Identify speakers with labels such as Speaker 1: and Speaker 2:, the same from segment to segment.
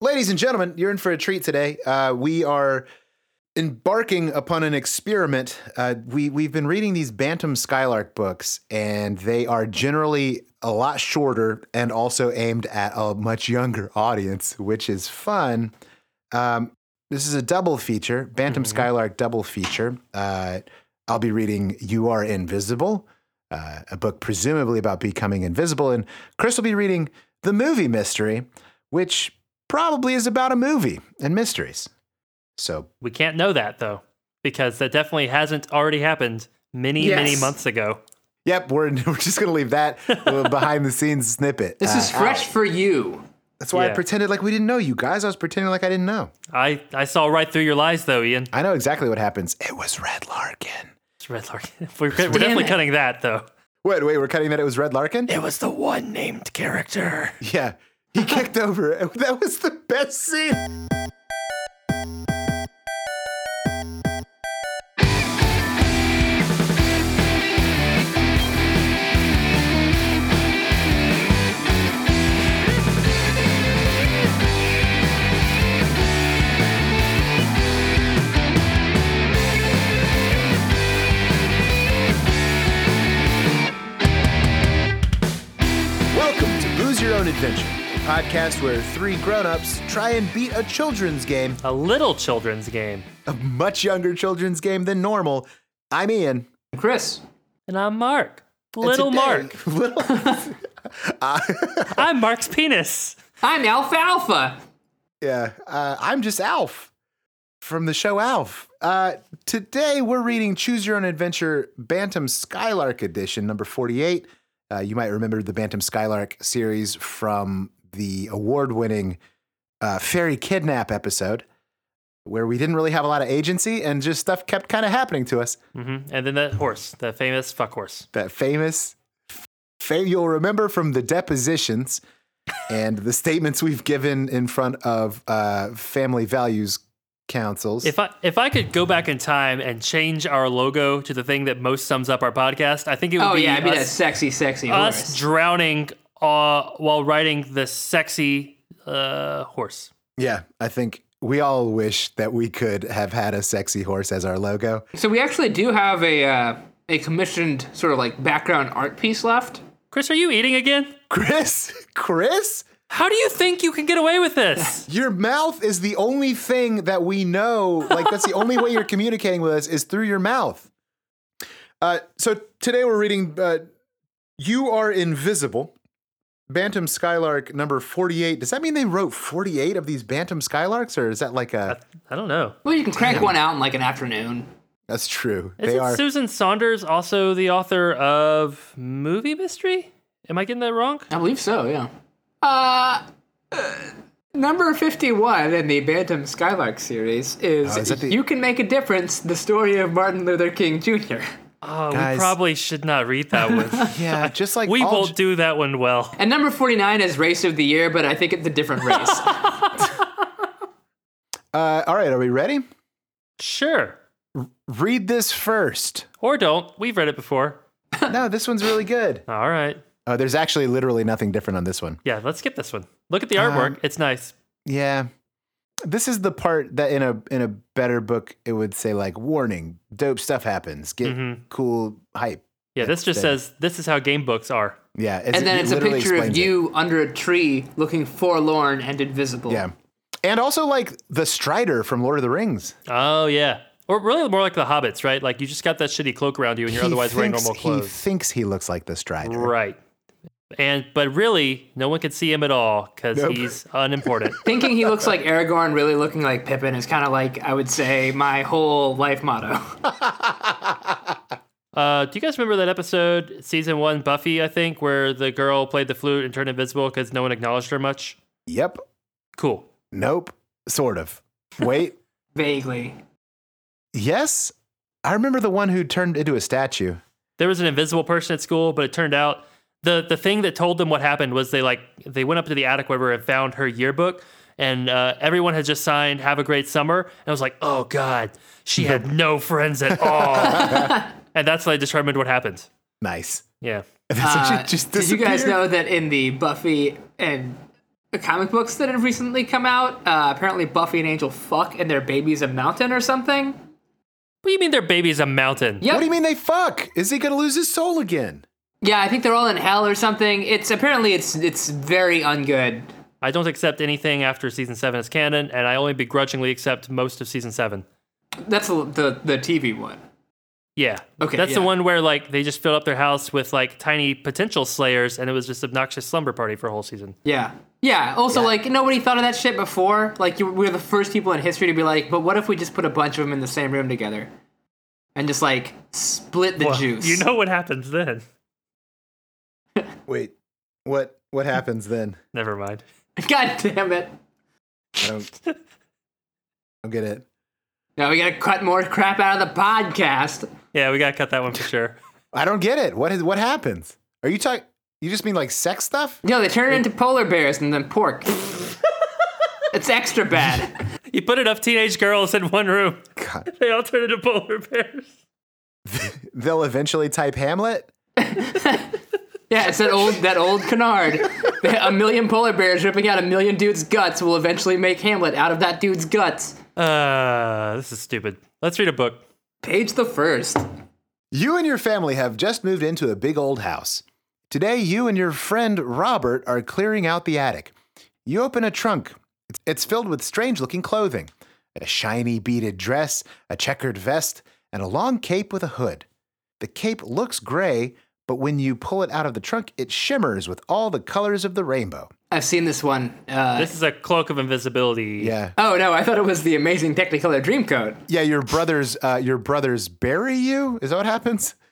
Speaker 1: Ladies and gentlemen, you're in for a treat today. Uh, we are embarking upon an experiment. Uh, we we've been reading these Bantam Skylark books, and they are generally a lot shorter and also aimed at a much younger audience, which is fun. Um, this is a double feature, Bantam Skylark double feature. Uh, I'll be reading "You Are Invisible," uh, a book presumably about becoming invisible, and Chris will be reading "The Movie Mystery," which probably is about a movie and mysteries. So
Speaker 2: We can't know that though, because that definitely hasn't already happened many, many
Speaker 3: Yes.
Speaker 2: months ago.
Speaker 1: Yep, we're, we're just going to leave that little behind the scenes snippet.
Speaker 3: This
Speaker 1: uh,
Speaker 3: is fresh
Speaker 1: out.
Speaker 3: for you.
Speaker 1: That's why I
Speaker 2: Yeah.
Speaker 1: pretended like we didn't know you guys. I was pretending like I didn't know.
Speaker 2: I, I saw right through your lies though, Ian.
Speaker 1: I know exactly what happens. It was Red Larkin.
Speaker 2: It's Red Larkin. We're, we're definitely
Speaker 3: it.
Speaker 2: cutting that though.
Speaker 1: Wait, wait, we're cutting that. It was Red Larkin?
Speaker 2: It was the one named character.
Speaker 1: Yeah. He kicked over. it. That was the best scene. Welcome to Booze Your Own Adventure, a podcast where three grown-ups try and beat a children's game,
Speaker 2: A little children's game.
Speaker 1: a much younger children's game than normal. I'm Ian.
Speaker 3: Chris,
Speaker 2: And I'm Mark.
Speaker 1: and
Speaker 2: Little
Speaker 1: today-
Speaker 2: Mark.
Speaker 1: Little. Uh,
Speaker 2: I'm Mark's penis.
Speaker 3: I'm Alfalfa.
Speaker 1: yeah. Uh, I'm just Alf from the show Alf. Uh, today we're reading Choose Your Own Adventure Bantam Skylark Edition, number 48. Uh, you might remember the Bantam Skylark series from the award winning uh, Fairy Kidnap episode, where we didn't really have a lot of agency and just stuff kept kind of happening to us.
Speaker 2: hmm And then that horse, the famous fuck horse.
Speaker 1: that famous fame you'll remember from the depositions and the statements we've given in front of uh, family values councils.
Speaker 2: If I if I could go back in time and change our logo to the thing that most sums up our podcast, I think it would
Speaker 3: Oh
Speaker 2: be
Speaker 3: yeah, I mean that
Speaker 2: us,
Speaker 3: sexy, sexy
Speaker 2: us
Speaker 3: horse.
Speaker 2: drowning uh, while riding the sexy uh, horse.
Speaker 1: yeah, I think we all wish that we could have had a sexy horse as our logo.
Speaker 3: so we actually do have a uh, a commissioned sort of like background art piece left.
Speaker 2: Chris, are you eating again?
Speaker 1: Chris, Chris,
Speaker 2: How do you think you can get away with this?
Speaker 1: your mouth is the only thing that we know. Like that's the only way you're communicating with us is through your mouth. Uh, so today we're reading uh, "You Are Invisible," Bantam Skylark number forty-eight. Does that mean they wrote forty-eight of these Bantam Skylarks, or is that like a?
Speaker 2: I don't know.
Speaker 3: Well, you can crank one out in like an afternoon.
Speaker 1: That's true.
Speaker 2: Isn't
Speaker 1: they are.
Speaker 2: Susan Saunders also the author of Movie Mystery? Am I getting that wrong?
Speaker 3: I believe so. Yeah. Uh. uh, Number 51 in the Bantam Skylark series is,
Speaker 1: Oh, is that the-
Speaker 3: You Can Make a Difference, the story of Martin Luther King Jr.
Speaker 2: Oh,
Speaker 1: Guys.
Speaker 2: we probably should not read that one.
Speaker 1: yeah, just like
Speaker 2: we
Speaker 1: all
Speaker 2: won't do that one well.
Speaker 3: And number 49 is Race of the Year, but I think it's a different race.
Speaker 1: Uh, all right, are we ready?
Speaker 2: Sure.
Speaker 1: Read this first.
Speaker 2: Or don't. We've read it before.
Speaker 1: no, this one's really good.
Speaker 2: All right.
Speaker 1: Oh, there's actually literally nothing different on this one.
Speaker 2: Yeah, let's skip this one. Look at the
Speaker 1: Um,
Speaker 2: artwork. it's nice.
Speaker 1: Yeah. This is the part that in a in a better book it would say like warning, dope stuff happens. Get
Speaker 2: Mm-hmm.
Speaker 1: cool hype.
Speaker 2: Yeah, this just
Speaker 1: better.
Speaker 2: says this is how game books are.
Speaker 1: Yeah, it's,
Speaker 3: and then
Speaker 1: it
Speaker 3: it's a
Speaker 1: literally
Speaker 3: picture of
Speaker 1: explains it.
Speaker 3: you under a tree looking forlorn and invisible.
Speaker 1: Yeah. And also like the Strider from Lord of the Rings.
Speaker 2: Oh yeah. Or really more like the hobbits, right? Like you just got that shitty cloak around you and you're
Speaker 1: He
Speaker 2: otherwise wearing
Speaker 1: thinks-
Speaker 2: normal
Speaker 1: He
Speaker 2: clothes.
Speaker 1: thinks he looks like the Strider.
Speaker 2: Right. And but really, no one could see him at all because
Speaker 1: Nope.
Speaker 2: he's unimportant.
Speaker 3: Thinking he looks like Aragorn, really looking like Pippin is kind of like, I would say, my whole life motto.
Speaker 2: uh, do you guys remember that episode, season one, Buffy? I think, where the girl played the flute and turned invisible because no one acknowledged her much.
Speaker 1: Yep.
Speaker 2: Cool.
Speaker 1: Nope. Sort of. Wait.
Speaker 3: Vaguely.
Speaker 1: yes. I remember the one who turned into a statue.
Speaker 2: there was an invisible person at school, but it turned out the the thing that told them what happened was they like they went up to the attic where we were and found her yearbook, and uh, everyone had just signed "Have a great summer," and I was like, "Oh God, she had no friends at all," and that's when I determined what happened.
Speaker 1: Nice.
Speaker 2: Yeah,
Speaker 1: That's actually
Speaker 3: Uh,
Speaker 1: just
Speaker 3: did you guys
Speaker 1: disappeared.
Speaker 3: know that in the Buffy and
Speaker 4: comic books that have recently come out. Uh, apparently, Buffy and Angel fuck, and their baby's a mountain or something.
Speaker 2: What do you mean their baby's a mountain?
Speaker 4: Yep.
Speaker 1: What do you mean they fuck? Is he gonna lose his soul again?
Speaker 4: Yeah, I think they're all in hell or something. It's apparently it's it's very ungood.
Speaker 2: I don't accept anything after season seven as canon, and I only begrudgingly accept most of season seven.
Speaker 4: That's the the, the TV one.
Speaker 2: Yeah.
Speaker 4: Okay,
Speaker 2: That's the
Speaker 4: yeah.
Speaker 2: one where like they just filled up their house with like tiny potential slayers, and it was just obnoxious slumber party for a whole season.
Speaker 4: Yeah. Yeah. Also, like nobody thought of that shit before. Like you, we're the first people in history to be like, but what if we just put a bunch of them in the same room together, and just like split the
Speaker 2: Well,
Speaker 4: juice?
Speaker 2: You know what happens then?
Speaker 1: Wait, what? What happens then?
Speaker 2: Never mind.
Speaker 4: God damn it!
Speaker 1: I don't. I don't get it.
Speaker 4: Now we gotta cut more crap out of the podcast.
Speaker 2: Yeah, we gotta cut that one for sure.
Speaker 1: I don't get it. What is? What happens? Are you talking? You just mean like sex stuff?
Speaker 4: No, they turn into polar bears and then pork. it's extra bad.
Speaker 2: you put enough teenage girls in one room,
Speaker 1: God,
Speaker 2: they all turn into polar bears.
Speaker 1: they'll eventually type Hamlet.
Speaker 4: Yeah, it's that old that old canard. a million polar bears ripping out a million dudes' guts will eventually make Hamlet out of that dude's guts.
Speaker 2: Uh, this is stupid. Let's read a book.
Speaker 4: Page the first.
Speaker 1: You and your family have just moved into a big old house. Today, you and your friend Robert are clearing out the attic. You open a trunk. It's- It's filled with strange looking clothing a shiny beaded dress, a checkered vest, and a long cape with a hood. The cape looks gray, but when you pull it out of the trunk, it shimmers with all the colors of the rainbow.
Speaker 4: I've seen this one. Uh,
Speaker 2: This is a cloak of invisibility.
Speaker 1: Yeah.
Speaker 4: oh no, I thought it was the amazing Technicolor Dreamcoat.
Speaker 1: Yeah, your brothers uh, your brothers bury you? Is that what happens?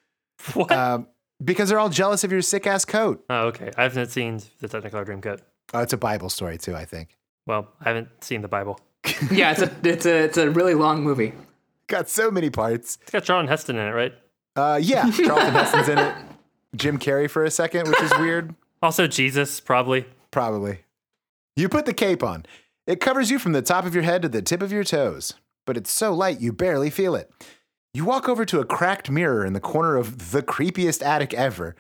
Speaker 2: What?
Speaker 1: Um, because they're all jealous of your sick ass coat.
Speaker 2: oh, okay. I haven't seen the Technicolor Dreamcoat.
Speaker 1: Oh, it's a Bible story too, I think.
Speaker 2: Well, I haven't seen the Bible.
Speaker 4: Yeah, it's a it's a it's a really long movie.
Speaker 1: Got so many parts.
Speaker 2: It's got Charlton Heston in it, right?
Speaker 1: Uh, yeah, Charlton Heston's in it. Jim Carrey for a second, which is weird.
Speaker 2: Also, Jesus, probably.
Speaker 1: Probably. You put the cape on. It covers you from the top of your head to the tip of your toes, but it's so light you barely feel it. You walk over to a cracked mirror in the corner of the creepiest attic ever.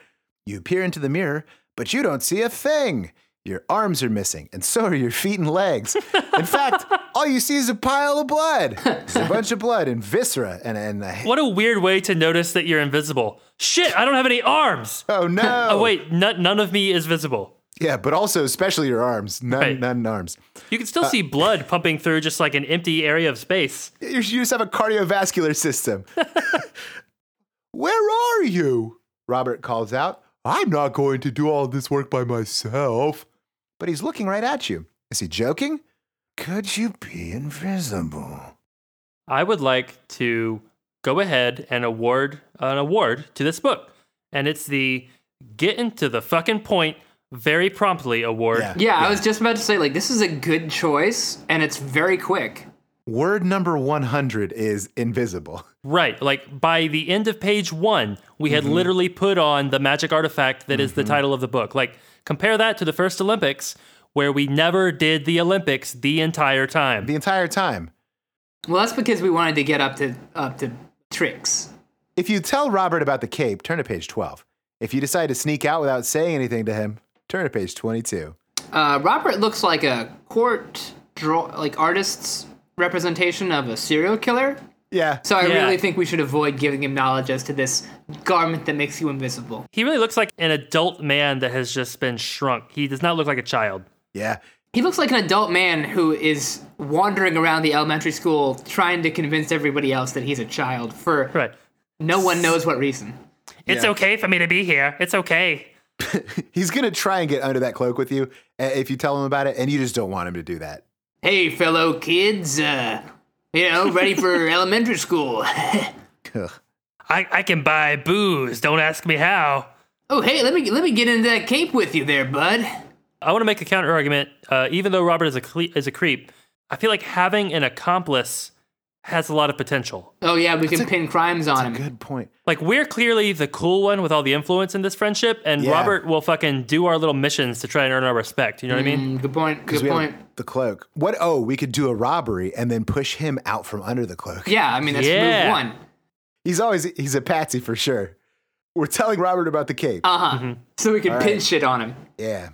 Speaker 1: You peer into the mirror, but you don't see a thing. Your arms are missing, and so are your feet and legs. In fact, all you see is a pile of blood. There's a bunch of blood and viscera and, and a,
Speaker 2: What a weird way to notice that you're invisible. Shit, I don't have any arms.
Speaker 1: oh no.
Speaker 2: Oh, wait, none, none of me is visible.
Speaker 1: Yeah, but also especially your arms, none,
Speaker 2: Right.
Speaker 1: none arms.
Speaker 2: You can still see blood pumping through just like an empty area of space.
Speaker 1: You you just have a cardiovascular system. Where are you? Robert calls out. I'm not going to do all this work by myself. But he's looking right at you. Is he joking? Could you be invisible?
Speaker 2: I would like to go ahead and award an award to this book. And it's the Get Into the Fucking Point Very Promptly Award.
Speaker 1: Yeah.
Speaker 4: Yeah, I was just about to say like this is a good choice and it's very quick.
Speaker 1: Word number 100 is invisible.
Speaker 2: Right. Like by the end of page one, we
Speaker 1: Mm-hmm.
Speaker 2: had literally put on the magic artifact that is the title of the book. Like compare that to the first Olympics, where we never did the Olympics the entire time.
Speaker 1: The entire time.
Speaker 4: Well, that's because we wanted to get up to up to tricks.
Speaker 1: If you tell Robert about the cape, turn to page 12. If you decide to sneak out without saying anything to him, turn to page 22.
Speaker 4: Uh, Robert looks like a court draw like artist's representation of a serial killer.
Speaker 1: Yeah.
Speaker 4: So I
Speaker 2: Yeah.
Speaker 4: really think we should avoid giving him knowledge as to this garment that makes you invisible.
Speaker 2: he really looks like an adult man that has just been shrunk. He does not look like a child.
Speaker 1: Yeah.
Speaker 4: He looks like an adult man who is wandering around the elementary school trying to convince everybody else that he's a child for
Speaker 2: Right.
Speaker 4: no one knows what reason.
Speaker 2: It's okay for me to be here. It's okay.
Speaker 1: He's gonna try and get under that cloak with you uh, if you tell him about it, and you just don't want him to do that.
Speaker 4: Hey, fellow kids, uh, you know, ready for elementary school.
Speaker 1: Ugh.
Speaker 2: I, I can buy booze. Don't ask me how.
Speaker 4: Oh, hey, let me let me get into that cape with you there, bud.
Speaker 2: I want to make a counter argument. Uh, even though Robert is a cle- is a creep, I feel like having an accomplice has a lot of potential.
Speaker 4: Oh yeah, we can pin crimes on him.
Speaker 1: Good point.
Speaker 2: Like we're clearly the cool one with all the influence in this friendship, and
Speaker 1: Yeah.
Speaker 2: Robert will fucking do our little missions to try and earn our respect. You know what I mean?
Speaker 4: Mm, good point.
Speaker 1: 'Cause
Speaker 4: Good
Speaker 1: we have
Speaker 4: point.
Speaker 1: The cloak. What? Oh, we could do a robbery and then push him out from under the cloak.
Speaker 4: Yeah, I mean that's
Speaker 2: Yeah.
Speaker 4: move one.
Speaker 1: He's always he's a patsy for sure.
Speaker 4: Uh-huh.
Speaker 1: We're telling Robert about the cape.
Speaker 4: Uh huh. So we can pin shit on him.
Speaker 1: yeah.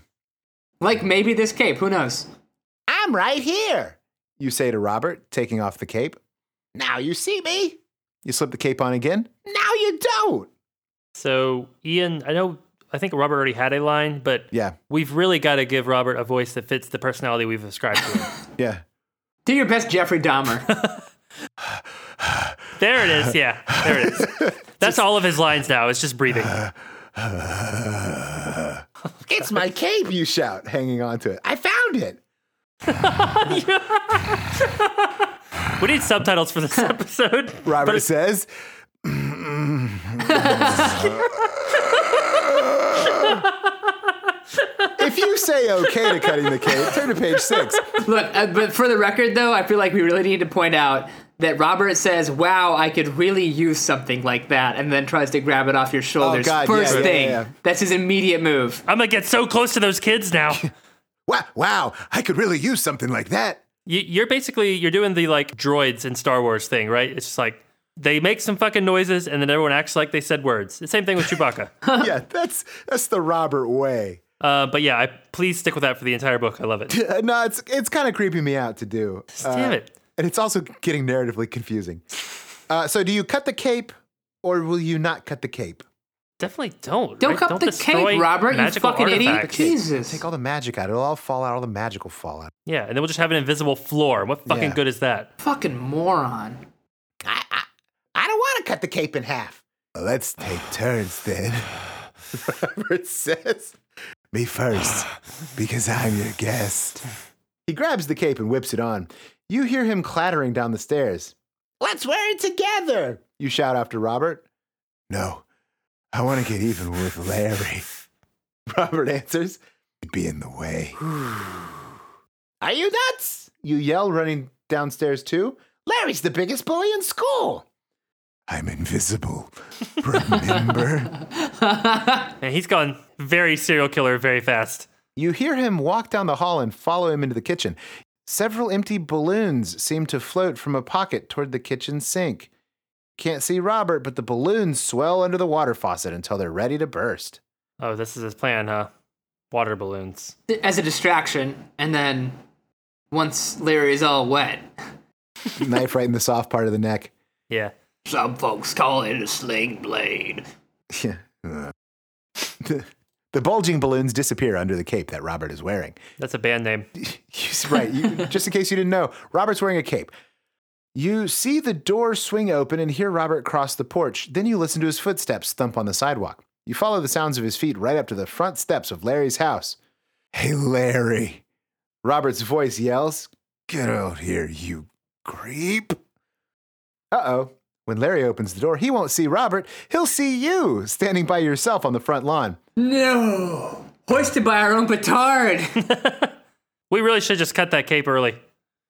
Speaker 4: Like maybe this cape, who knows?
Speaker 1: I'm right here, you say to Robert, taking off the cape. Now you see me. You slip the cape on again. Now you don't.
Speaker 2: So, Ian, I know, I think Robert already had a line, but
Speaker 1: Yeah,
Speaker 2: we've really got to give Robert a voice that fits the personality we've ascribed to him.
Speaker 1: yeah.
Speaker 4: Do your best, Jeffrey Dahmer.
Speaker 2: there it is. Yeah, there it is. That's all of his lines now. It's just breathing.
Speaker 1: It's my cape, you shout, hanging on to it. I found it.
Speaker 2: We need subtitles for this episode.
Speaker 1: Robert
Speaker 2: But
Speaker 1: says. if you say okay to cutting the cape, turn to page six.
Speaker 4: Look, uh, but for the record though, I feel like we really need to point out that Robert says, "Wow, I could really use something like that," and then tries to grab it off your shoulders.
Speaker 1: Oh, God,
Speaker 4: First
Speaker 1: yeah, yeah,
Speaker 4: thing,
Speaker 1: yeah.
Speaker 4: that's his immediate move.
Speaker 2: I'm gonna get so close to those kids now.
Speaker 1: Wow, wow, I could really use something like that.
Speaker 2: You, you're basically you're doing the like droids in Star Wars thing, right? It's just like they make some fucking noises and then everyone acts like they said words. The same thing with Chewbacca.
Speaker 1: yeah, that's that's the Robert way.
Speaker 2: uh, but yeah, I please stick with that for the entire book. I love it.
Speaker 1: Uh, no, it's it's kind of creeping me out to do, Uh,
Speaker 2: Damn it.
Speaker 1: and it's also getting narratively confusing. Uh, so, do you cut the cape, or will you not cut the cape?
Speaker 2: Definitely don't.
Speaker 4: Don't
Speaker 2: right?
Speaker 4: cut the
Speaker 2: destroy
Speaker 4: cape, Robert, you
Speaker 2: magical
Speaker 4: fucking idiot.
Speaker 2: artifacts.
Speaker 4: Jesus.
Speaker 1: Take all the magic out. It'll all fall out. All the magic will fall out.
Speaker 2: Yeah, and then we'll just have an invisible floor. What fucking
Speaker 1: Yeah.
Speaker 2: good is that?
Speaker 4: Fucking moron.
Speaker 1: I, I, I don't want to cut the cape in half. Let's take turns then. Robert says, Me first, because I'm your guest. He grabs the cape and whips it on. You hear him clattering down the stairs. Let's wear it together, you shout after Robert. No, I want to get even with Larry. Robert answers, It'd be in the way. Are you nuts? You yell, running downstairs too. Larry's the biggest bully in school. I'm invisible. Remember?
Speaker 2: And he's gone very serial killer very fast.
Speaker 1: you hear him walk down the hall and follow him into the kitchen. Several empty balloons seem to float from a pocket toward the kitchen sink. Can't see Robert, but the balloons swell under the water faucet until they're ready to burst.
Speaker 2: Oh, this is his plan, huh? Water balloons.
Speaker 4: As a distraction, and then once Larry's all wet,
Speaker 1: Knife right in the soft part of the neck.
Speaker 2: Yeah.
Speaker 4: some folks call it a sling blade.
Speaker 1: Yeah. Uh. the, the bulging balloons disappear under the cape that Robert is wearing.
Speaker 2: That's a band name.
Speaker 1: He's right. You, just in case you didn't know, Robert's wearing a cape. You see the door swing open and hear Robert cross the porch. Then you listen to his footsteps thump on the sidewalk. You follow the sounds of his feet right up to the front steps of Larry's house. Hey, Larry. Robert's voice yells, Get out here, you creep. Uh oh. When Larry opens the door, he won't see Robert. He'll see you standing by yourself on the front lawn.
Speaker 4: No! Hoisted by our own petard!
Speaker 2: We really should just cut that cape early.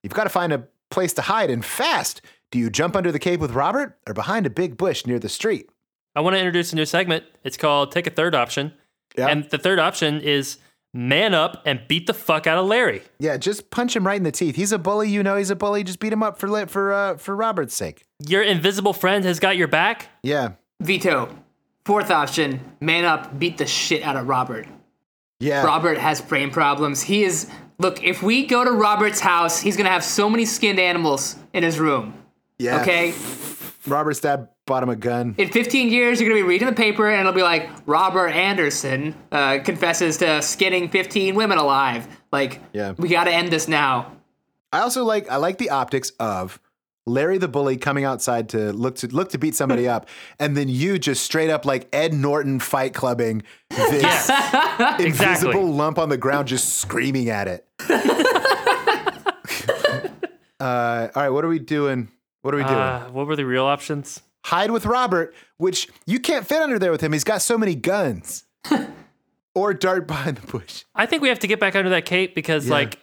Speaker 1: You've got to find a place to hide and fast. Do you jump under the cave with Robert or behind a big bush near the street?
Speaker 2: I want to introduce a new segment. It's called Take a Third Option.
Speaker 1: Yeah.
Speaker 2: And the third option is man up and beat the fuck out of Larry.
Speaker 1: Yeah, just punch him right in the teeth. He's a bully, you know. He's a bully. Just beat him up for li- for uh, for Robert's sake.
Speaker 2: Your invisible friend has got your back.
Speaker 1: Yeah,
Speaker 4: Veto. Fourth option man up, beat the shit out of Robert.
Speaker 1: yeah.
Speaker 4: Robert has brain problems. He is. Look, if we go to Robert's house, he's gonna have so many skinned animals in his room.
Speaker 1: yeah.
Speaker 4: Okay?
Speaker 1: Robert's dad bought him a gun.
Speaker 4: In 15 years, you're gonna be reading the paper and it'll be like, Robert Anderson uh, confesses to skinning 15 women alive. Like,
Speaker 1: Yeah.
Speaker 4: we gotta end this now.
Speaker 1: I also like I like the optics of Larry the bully coming outside to look to look to beat somebody up, and then you just straight up like Ed Norton fight clubbing this invisible
Speaker 2: Exactly.
Speaker 1: lump on the ground, just screaming at it. uh, all right, what are we doing? What are we doing?
Speaker 2: Uh, what were the real options?
Speaker 1: Hide with Robert, which you can't fit under there with him. He's got so many guns. or dart behind the bush.
Speaker 2: I think we have to get back under that cape because, like,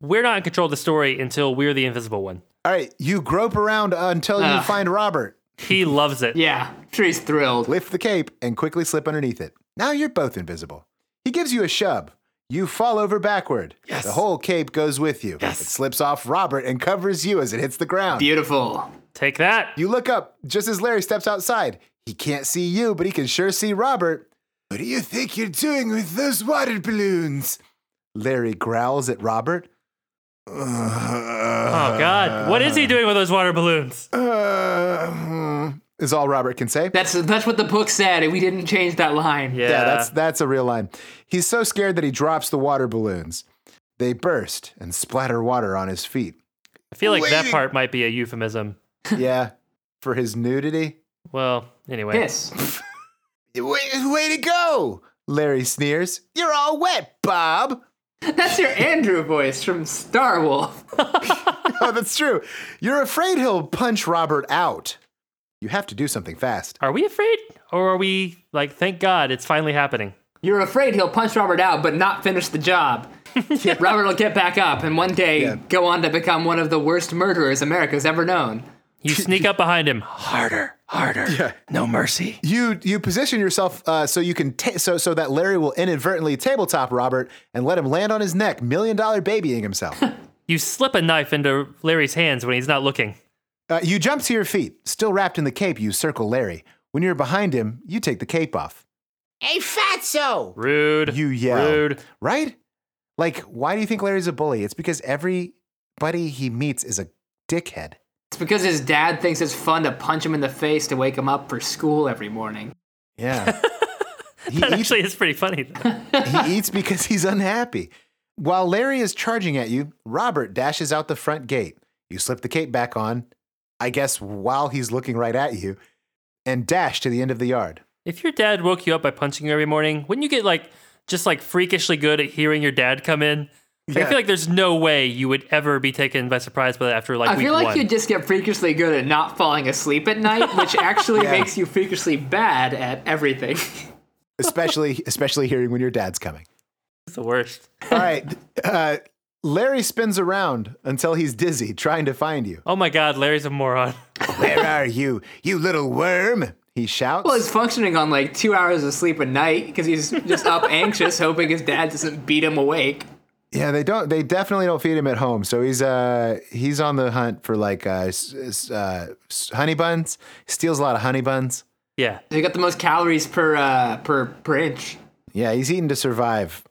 Speaker 2: we're not in control of the story until we're the invisible one.
Speaker 1: All right, you grope around until you
Speaker 4: Ugh.
Speaker 1: find Robert.
Speaker 2: He loves it.
Speaker 4: Yeah, I'm sure he's thrilled.
Speaker 1: lift the cape, and quickly slip underneath it. Now you're both invisible. He gives you a shove. You fall over backward.
Speaker 2: Yes.
Speaker 1: The whole cape goes with you.
Speaker 2: Yes.
Speaker 1: It slips off Robert and covers you as it hits the ground.
Speaker 4: Beautiful.
Speaker 2: Take that.
Speaker 1: You look up just as Larry steps outside. He can't see you, but he can sure see Robert. What do you think you're doing with those water balloons? Uh, Larry growls at Robert.
Speaker 2: Oh God, what is he doing with those water balloons?
Speaker 1: Uh, hmm, is all Robert can say.
Speaker 4: That's that's what the book said, and we didn't change that line.
Speaker 2: Yeah,
Speaker 1: yeah, that's that's a real line. He's so scared that he drops the water balloons. They burst and splatter water on his feet.
Speaker 2: I feel like that
Speaker 1: waiting.
Speaker 2: part might be a euphemism.
Speaker 1: yeah, for his nudity.
Speaker 2: Well, anyway,
Speaker 4: Piss.
Speaker 1: Way, way to go! Larry sneers. You're all wet, Bob.
Speaker 4: That's your Andrew voice from Star Wolf.
Speaker 1: oh, that's true. You're afraid he'll punch Robert out. You have to do something fast.
Speaker 2: are we afraid, or are we like, thank God, it's finally happening?
Speaker 4: You're afraid he'll punch Robert out, but not finish the job. Robert will get back up and one day
Speaker 1: Yeah.
Speaker 4: go on to become one of the worst murderers America's ever known.
Speaker 2: You sneak up behind him harder, harder.
Speaker 1: Yeah.
Speaker 2: No mercy.
Speaker 1: You you position yourself uh, so you can ta- so so that Larry will inadvertently tabletop Robert and let him land on his neck, million dollar babying himself.
Speaker 2: You slip a knife into Larry's hands when he's not looking.
Speaker 1: Uh, you jump to your feet, still wrapped in the cape. You circle Larry. When you're behind him, you take the cape off. Hey, fatso!
Speaker 2: Rude.
Speaker 1: You yell.
Speaker 2: Rude.
Speaker 1: Right? Like, why do you think Larry's a bully? It's because everybody he meets is a dickhead.
Speaker 4: It's because his dad thinks it's fun to punch him in the face to wake him up for school every morning.
Speaker 1: Yeah. he,
Speaker 2: That
Speaker 1: eats,
Speaker 2: actually is pretty funny. though.
Speaker 1: he eats because he's unhappy. While Larry is charging at you, Robert dashes out the front gate. You slip the cape back on, I guess while he's looking right at you, and dash to the end of the yard.
Speaker 2: if your dad woke you up by punching you every morning, wouldn't you get like just like freakishly good at hearing your dad come in? Like, I
Speaker 1: Yeah.
Speaker 2: feel like there's no way you would ever be taken by surprise by that after like
Speaker 4: I
Speaker 2: week
Speaker 4: feel like
Speaker 2: one.
Speaker 4: you just get freakishly good at not falling asleep at night, which actually
Speaker 1: Yeah.
Speaker 4: makes you freakishly bad at everything.
Speaker 1: Especially, especially hearing when your dad's coming.
Speaker 2: It's the worst.
Speaker 1: All right. Uh, Larry spins around until he's dizzy, trying to find you.
Speaker 2: Oh my God, Larry's a moron.
Speaker 1: Oh, Where are you, you little worm? He shouts.
Speaker 4: Well, he's functioning on like two hours of sleep a night because he's just up anxious, hoping his dad doesn't beat him awake.
Speaker 1: Yeah, they don't. They definitely don't feed him at home. So he's uh he's on the hunt for like uh, s- s- uh s- honey buns. Steals a lot of honey buns.
Speaker 2: Yeah.
Speaker 4: They got the most calories per uh, per per inch.
Speaker 1: Yeah, he's eating to survive.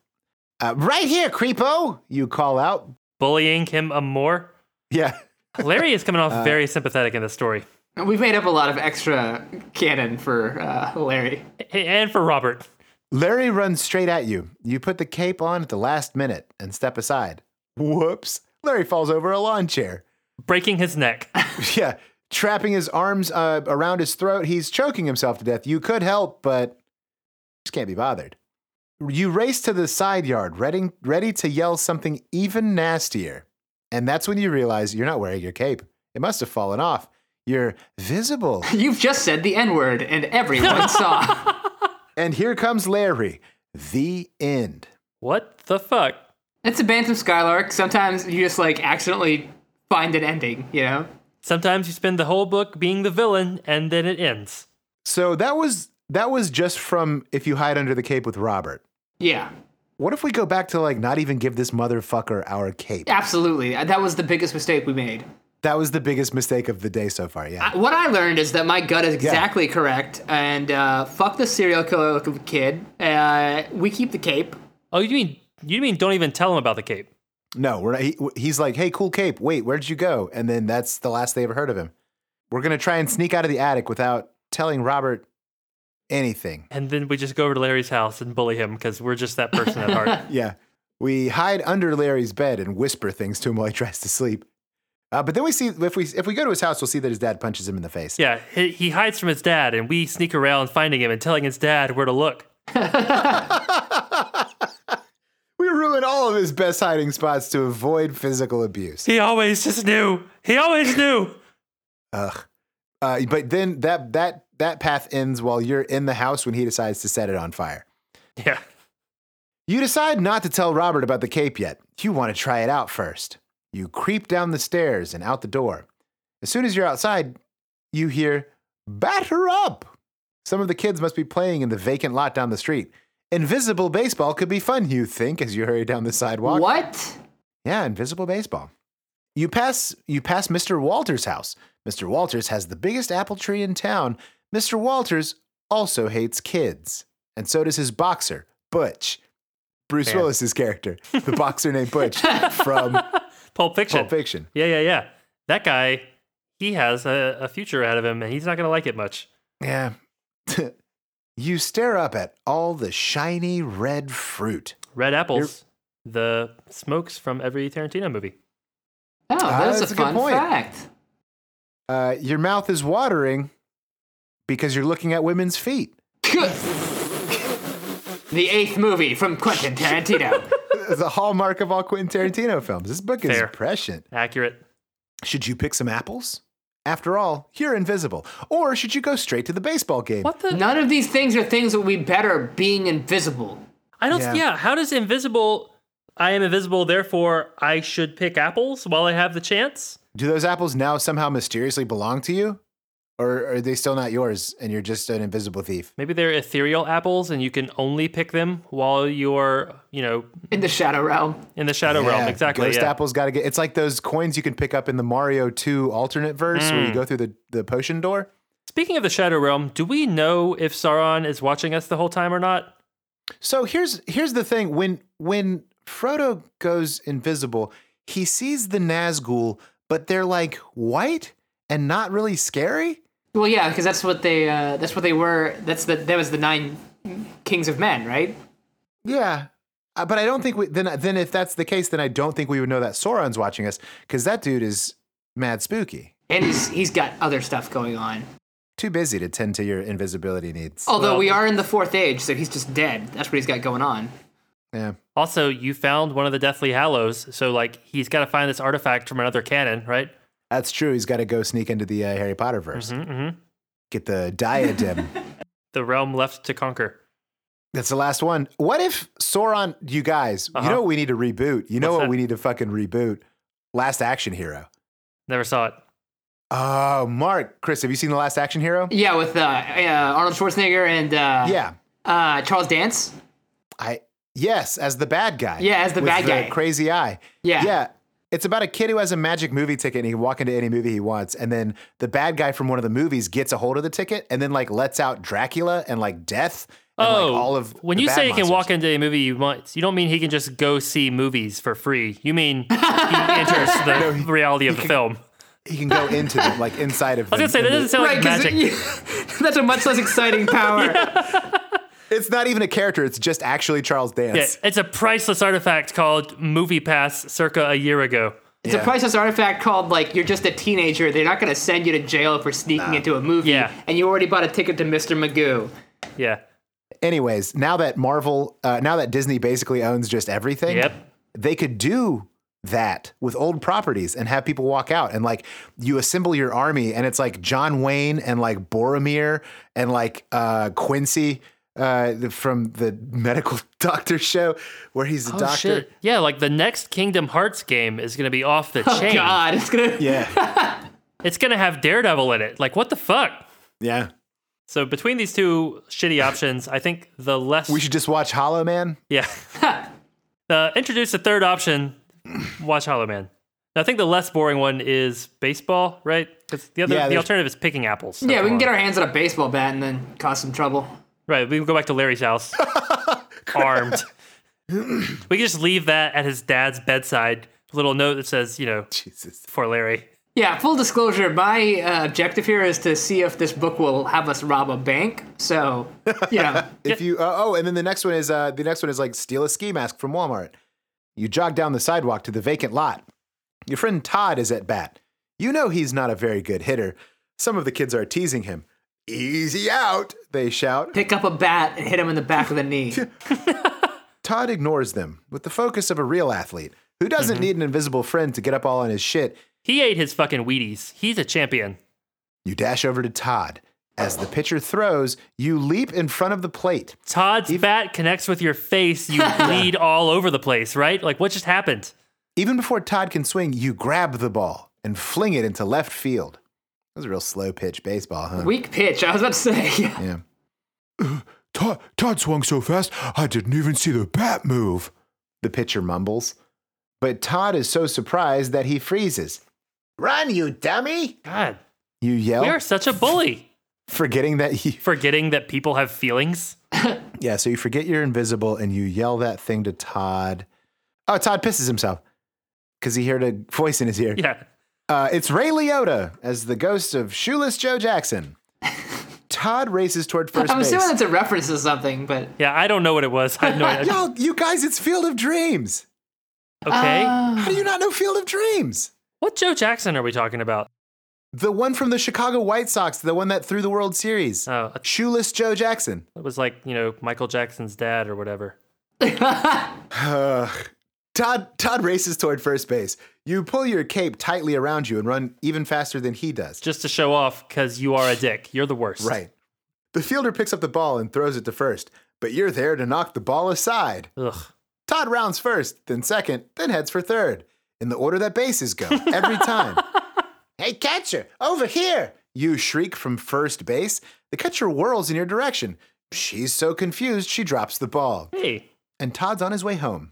Speaker 1: Uh, right here, creepo! You call out.
Speaker 2: Bullying him a more.
Speaker 1: Yeah,
Speaker 2: Larry is coming off
Speaker 1: Uh,
Speaker 2: very sympathetic in this story.
Speaker 4: And We've made up a lot of extra canon for uh, Larry.
Speaker 2: Hey, And for Robert.
Speaker 1: Larry runs straight at you. You put the cape on at the last minute and step aside. Whoops! Larry falls over a lawn chair.
Speaker 2: Breaking his neck.
Speaker 1: Yeah, trapping his arms uh, around his throat. He's choking himself to death. You could help, but just can't be bothered. You race to the side yard, ready, ready to yell something even nastier. And that's when you realize you're not wearing your cape. It must have fallen off. You're visible.
Speaker 4: You've just said the N word, and everyone saw.
Speaker 1: and here comes Larry. The end.
Speaker 2: What the fuck?
Speaker 4: It's a Bantam Skylark. Sometimes you just like accidentally find an ending, you know?
Speaker 2: Sometimes you spend the whole book being the villain and then it ends.
Speaker 1: So that was that was just from if you hide under the cape with Robert.
Speaker 4: Yeah,
Speaker 1: What if we go back to like not even give this motherfucker our cape?
Speaker 4: absolutely. Uh, That was the biggest mistake we made.
Speaker 1: That was the biggest mistake of the day so far. Yeah.
Speaker 4: What I learned is that my gut is exactly correct, and uh, fuck the serial killer kid. Uh, we keep the cape.
Speaker 2: Oh, you mean you mean don't even tell him about the cape?
Speaker 1: No, we're not, he, he's like, hey, cool cape. Wait, where'd you go? And then that's the last they ever heard of him. We're gonna try and sneak out of the attic without telling Robert anything.
Speaker 2: And then we just go over to Larry's house and bully him because we're just that person at heart.
Speaker 1: Yeah, we hide under Larry's bed and whisper things to him while he tries to sleep. Uh, but then we see if we if we go to his house, we'll see that his dad punches him in the face.
Speaker 2: Yeah, he, he hides from his dad, and we sneak around finding him and telling his dad where to look.
Speaker 1: We ruin all of his best hiding spots to avoid physical abuse.
Speaker 2: He always just knew. He always knew.
Speaker 1: Ugh. Uh, but then that that that path ends while you're in the house when he decides to set it on fire.
Speaker 2: Yeah.
Speaker 1: You decide not to tell Robert about the cape yet. You want to try it out first. You creep down the stairs and out the door. As soon as you're outside, you hear, Batter up! Some of the kids must be playing in the vacant lot down the street. Invisible baseball could be fun, you think, as you hurry down the sidewalk.
Speaker 4: What?
Speaker 1: Yeah, invisible baseball. You pass you pass Mr. Walters' house. Mr. Walters has the biggest apple tree in town. Mr. Walters also hates kids, and so does his boxer, Butch. Bruce
Speaker 2: Man.
Speaker 1: Willis's character, the boxer named Butch from
Speaker 2: Pulp Fiction.
Speaker 1: Pulp Fiction.
Speaker 2: Yeah, yeah, yeah. That guy, he has a, a future ahead of him, and he's not going to like it much.
Speaker 1: Yeah. you stare up at all the shiny red fruit.
Speaker 2: Red apples, the smokes from every Tarantino movie.
Speaker 4: Oh, that's,
Speaker 1: Ah, that's
Speaker 4: a,
Speaker 1: a good
Speaker 4: fun
Speaker 1: point.
Speaker 4: fact.
Speaker 1: Uh, your mouth is watering because you're looking at women's feet.
Speaker 4: the eighth movie from Quentin Tarantino.
Speaker 1: the hallmark of all Quentin Tarantino films. This book is
Speaker 2: Fair.
Speaker 1: prescient.
Speaker 2: Accurate.
Speaker 1: Should you pick some apples? After all, you're invisible. Or should you go straight to the baseball game?
Speaker 2: What the?
Speaker 4: None of these things are things that would be better being invisible.
Speaker 2: I don't.
Speaker 1: Yeah.
Speaker 2: Yeah. How does invisible? I am invisible, therefore I should pick apples while I have the chance.
Speaker 1: Do those apples now somehow mysteriously belong to you? Or are they still not yours and you're just an invisible thief?
Speaker 2: Maybe they're ethereal apples, and you can only pick them while you're, you know,
Speaker 4: In the Shadow Realm.
Speaker 2: in the shadow realm.
Speaker 1: Yeah,
Speaker 2: Exactly.
Speaker 1: Ghost
Speaker 2: yeah.
Speaker 1: apples got to get. It's like those coins you can pick up in the Mario 2 alternate verse where you
Speaker 2: Mm.
Speaker 1: go through the, the potion door.
Speaker 2: Speaking of the shadow realm, do we know if Sauron is watching us the whole time or not?
Speaker 1: So here's here's the thing when when Frodo goes invisible, he sees the Nazgul, but they're like white and not really scary.
Speaker 4: Well, yeah, because that's what they uh, that's what they were. That's the that was the nine kings of men, right?
Speaker 1: Yeah. Uh, but I don't think we then then if that's the case, then I don't think we would know that Sauron's watching us because that dude is mad spooky.
Speaker 4: And he's he's got other stuff going on.
Speaker 1: Too busy to tend to your invisibility needs.
Speaker 4: Although
Speaker 2: Well-
Speaker 4: we are in the fourth age, so he's just dead. That's what he's got going on.
Speaker 1: Yeah.
Speaker 2: Also, you found one of the Deathly Hallows, so like he's got to find this artifact from another canon, right?
Speaker 1: That's true. He's got to go sneak into the uh, Harry Potter verse.
Speaker 2: Mm-hmm.
Speaker 1: Get the diadem.
Speaker 2: The realm left to conquer.
Speaker 1: That's the last one. What if Sauron, you guys, you
Speaker 2: Uh-huh.
Speaker 1: know what we need to reboot? You know
Speaker 2: What's
Speaker 1: what
Speaker 2: that?
Speaker 1: we need to fucking reboot? Last Action Hero.
Speaker 2: Never saw it.
Speaker 1: Oh, Mark, Chris, have you seen The Last Action Hero?
Speaker 4: Yeah, with uh, uh, Arnold Schwarzenegger and uh,
Speaker 1: Yeah.
Speaker 4: uh, Charles Dance.
Speaker 1: I yes, as the bad guy.
Speaker 4: Yeah, as the
Speaker 1: With
Speaker 4: bad guy.
Speaker 1: Crazy eye.
Speaker 4: Yeah.
Speaker 1: Yeah. It's about a kid who has a magic movie ticket and he can walk into any movie he wants. And then the bad guy from one of the movies gets a hold of the ticket and then like lets out Dracula and like death and
Speaker 2: oh,
Speaker 1: like all of
Speaker 2: when
Speaker 1: the
Speaker 2: you
Speaker 1: bad
Speaker 2: say he can
Speaker 1: monsters.
Speaker 2: walk into a movie you want, you don't mean he can just go see movies for free. You mean he enters the reality of the film.
Speaker 1: he can go into them, like inside of
Speaker 2: I was gonna say that doesn't sound
Speaker 4: Right,
Speaker 2: like
Speaker 4: because
Speaker 2: magic.
Speaker 4: that's a much less exciting power.
Speaker 1: It's not even a character, it's just actually Charles Dance.
Speaker 2: Yeah, it's a priceless artifact called Movie Pass, circa a year ago.
Speaker 4: It's
Speaker 1: Yeah.
Speaker 4: a priceless artifact called like you're just a teenager. They're not gonna send you to jail for sneaking into a movie,
Speaker 2: Yeah.
Speaker 4: and you already bought a ticket to Mr. Magoo.
Speaker 2: Yeah.
Speaker 1: anyways, now that Marvel, uh, now that Disney basically owns just everything,
Speaker 2: Yep.
Speaker 1: they could do that with old properties and have people walk out and like you assemble your army and it's like John Wayne and like Boromir and like uh, Quincy uh, the- from the medical doctor show where he's
Speaker 2: Oh,
Speaker 4: Oh,
Speaker 1: a doctor.
Speaker 2: Yeah, like the next Kingdom Hearts game is gonna be off the
Speaker 4: Oh
Speaker 2: chain.
Speaker 4: God, it's gonna.
Speaker 1: Yeah,
Speaker 2: It's gonna have Daredevil in it. Like what the fuck?
Speaker 1: yeah.
Speaker 2: So between these two shitty options, I think the less
Speaker 1: We should just watch Hollow Man.
Speaker 2: Yeah. uh, introduce a third option. Watch Hollow Man. Now, I think the less boring one is baseball, right? Because the other,
Speaker 1: Yeah,
Speaker 2: the
Speaker 1: there's-
Speaker 2: alternative is picking apples. So
Speaker 4: Yeah, we
Speaker 2: come
Speaker 4: can get
Speaker 2: on.
Speaker 4: our hands on a baseball bat and then cause some trouble.
Speaker 2: right. We can go back to Larry's house, armed. we can just leave that at his dad's bedside. A little note that says, you know,
Speaker 1: Jesus.
Speaker 2: for Larry.
Speaker 4: Yeah, full disclosure, my uh, objective here is to see if this book will have us rob a bank. So, you know,
Speaker 1: If you uh, oh, and then the next one is uh, the next one is like steal a ski mask from Walmart. You jog down the sidewalk to the vacant lot. Your friend Todd is at bat. You know he's not a very good hitter. Some of the kids are teasing him. Easy out, they shout.
Speaker 4: pick up a bat and hit him in the back of the knee.
Speaker 1: Todd ignores them with the focus of a real athlete who doesn't need an invisible friend to get up all on his shit.
Speaker 2: He ate his fucking Wheaties. He's a champion.
Speaker 1: You dash over to Todd. As the pitcher throws, you leap in front of the plate.
Speaker 2: Todd's bat connects with your face. You bleed all over the place, right? Like, what just happened?
Speaker 1: Even before Todd can swing, you grab the ball and fling it into left field. That was a real slow pitch baseball, huh?
Speaker 4: Weak pitch. I was about to say.
Speaker 1: yeah. Todd, Todd swung so fast, I didn't even see the bat move. The pitcher mumbles. But Todd is so surprised that he freezes. Run, you dummy!
Speaker 2: God,
Speaker 1: You yell.
Speaker 2: we are such a bully.
Speaker 1: forgetting that you
Speaker 2: Forgetting that people have feelings.
Speaker 1: yeah. So you forget you're invisible and you yell that thing to Todd. Oh, Todd pisses himself because he heard a voice in his ear.
Speaker 2: Yeah.
Speaker 1: Uh, it's Ray Liotta as the ghost of shoeless Joe Jackson. Todd races toward first
Speaker 3: I'm
Speaker 1: base.
Speaker 3: assuming that's a reference to something, but
Speaker 2: Yeah, I don't know what it was. I have no idea.
Speaker 1: Y'all, you guys, it's Field of Dreams.
Speaker 2: Okay.
Speaker 4: Uh,
Speaker 1: How do you not know Field of Dreams?
Speaker 2: what Joe Jackson are we talking about?
Speaker 1: The one from the Chicago White Sox, the one that threw the World Series.
Speaker 2: Oh, I-
Speaker 1: Shoeless Joe Jackson.
Speaker 2: it was like, you know, Michael Jackson's dad or whatever.
Speaker 1: Ugh. Todd Todd races toward first base. You pull your cape tightly around you and run even faster than he does.
Speaker 2: Just to show off because you are a dick. You're the worst.
Speaker 1: Right. The fielder picks up the ball and throws it to first, but you're there to knock the ball aside.
Speaker 2: Ugh.
Speaker 1: Todd rounds first, then second, then heads for third, in the order that bases go every time. hey, catcher, over here! You shriek from first base. The catcher whirls in your direction. She's so confused, she drops the ball.
Speaker 2: Hey.
Speaker 1: And Todd's on his way home.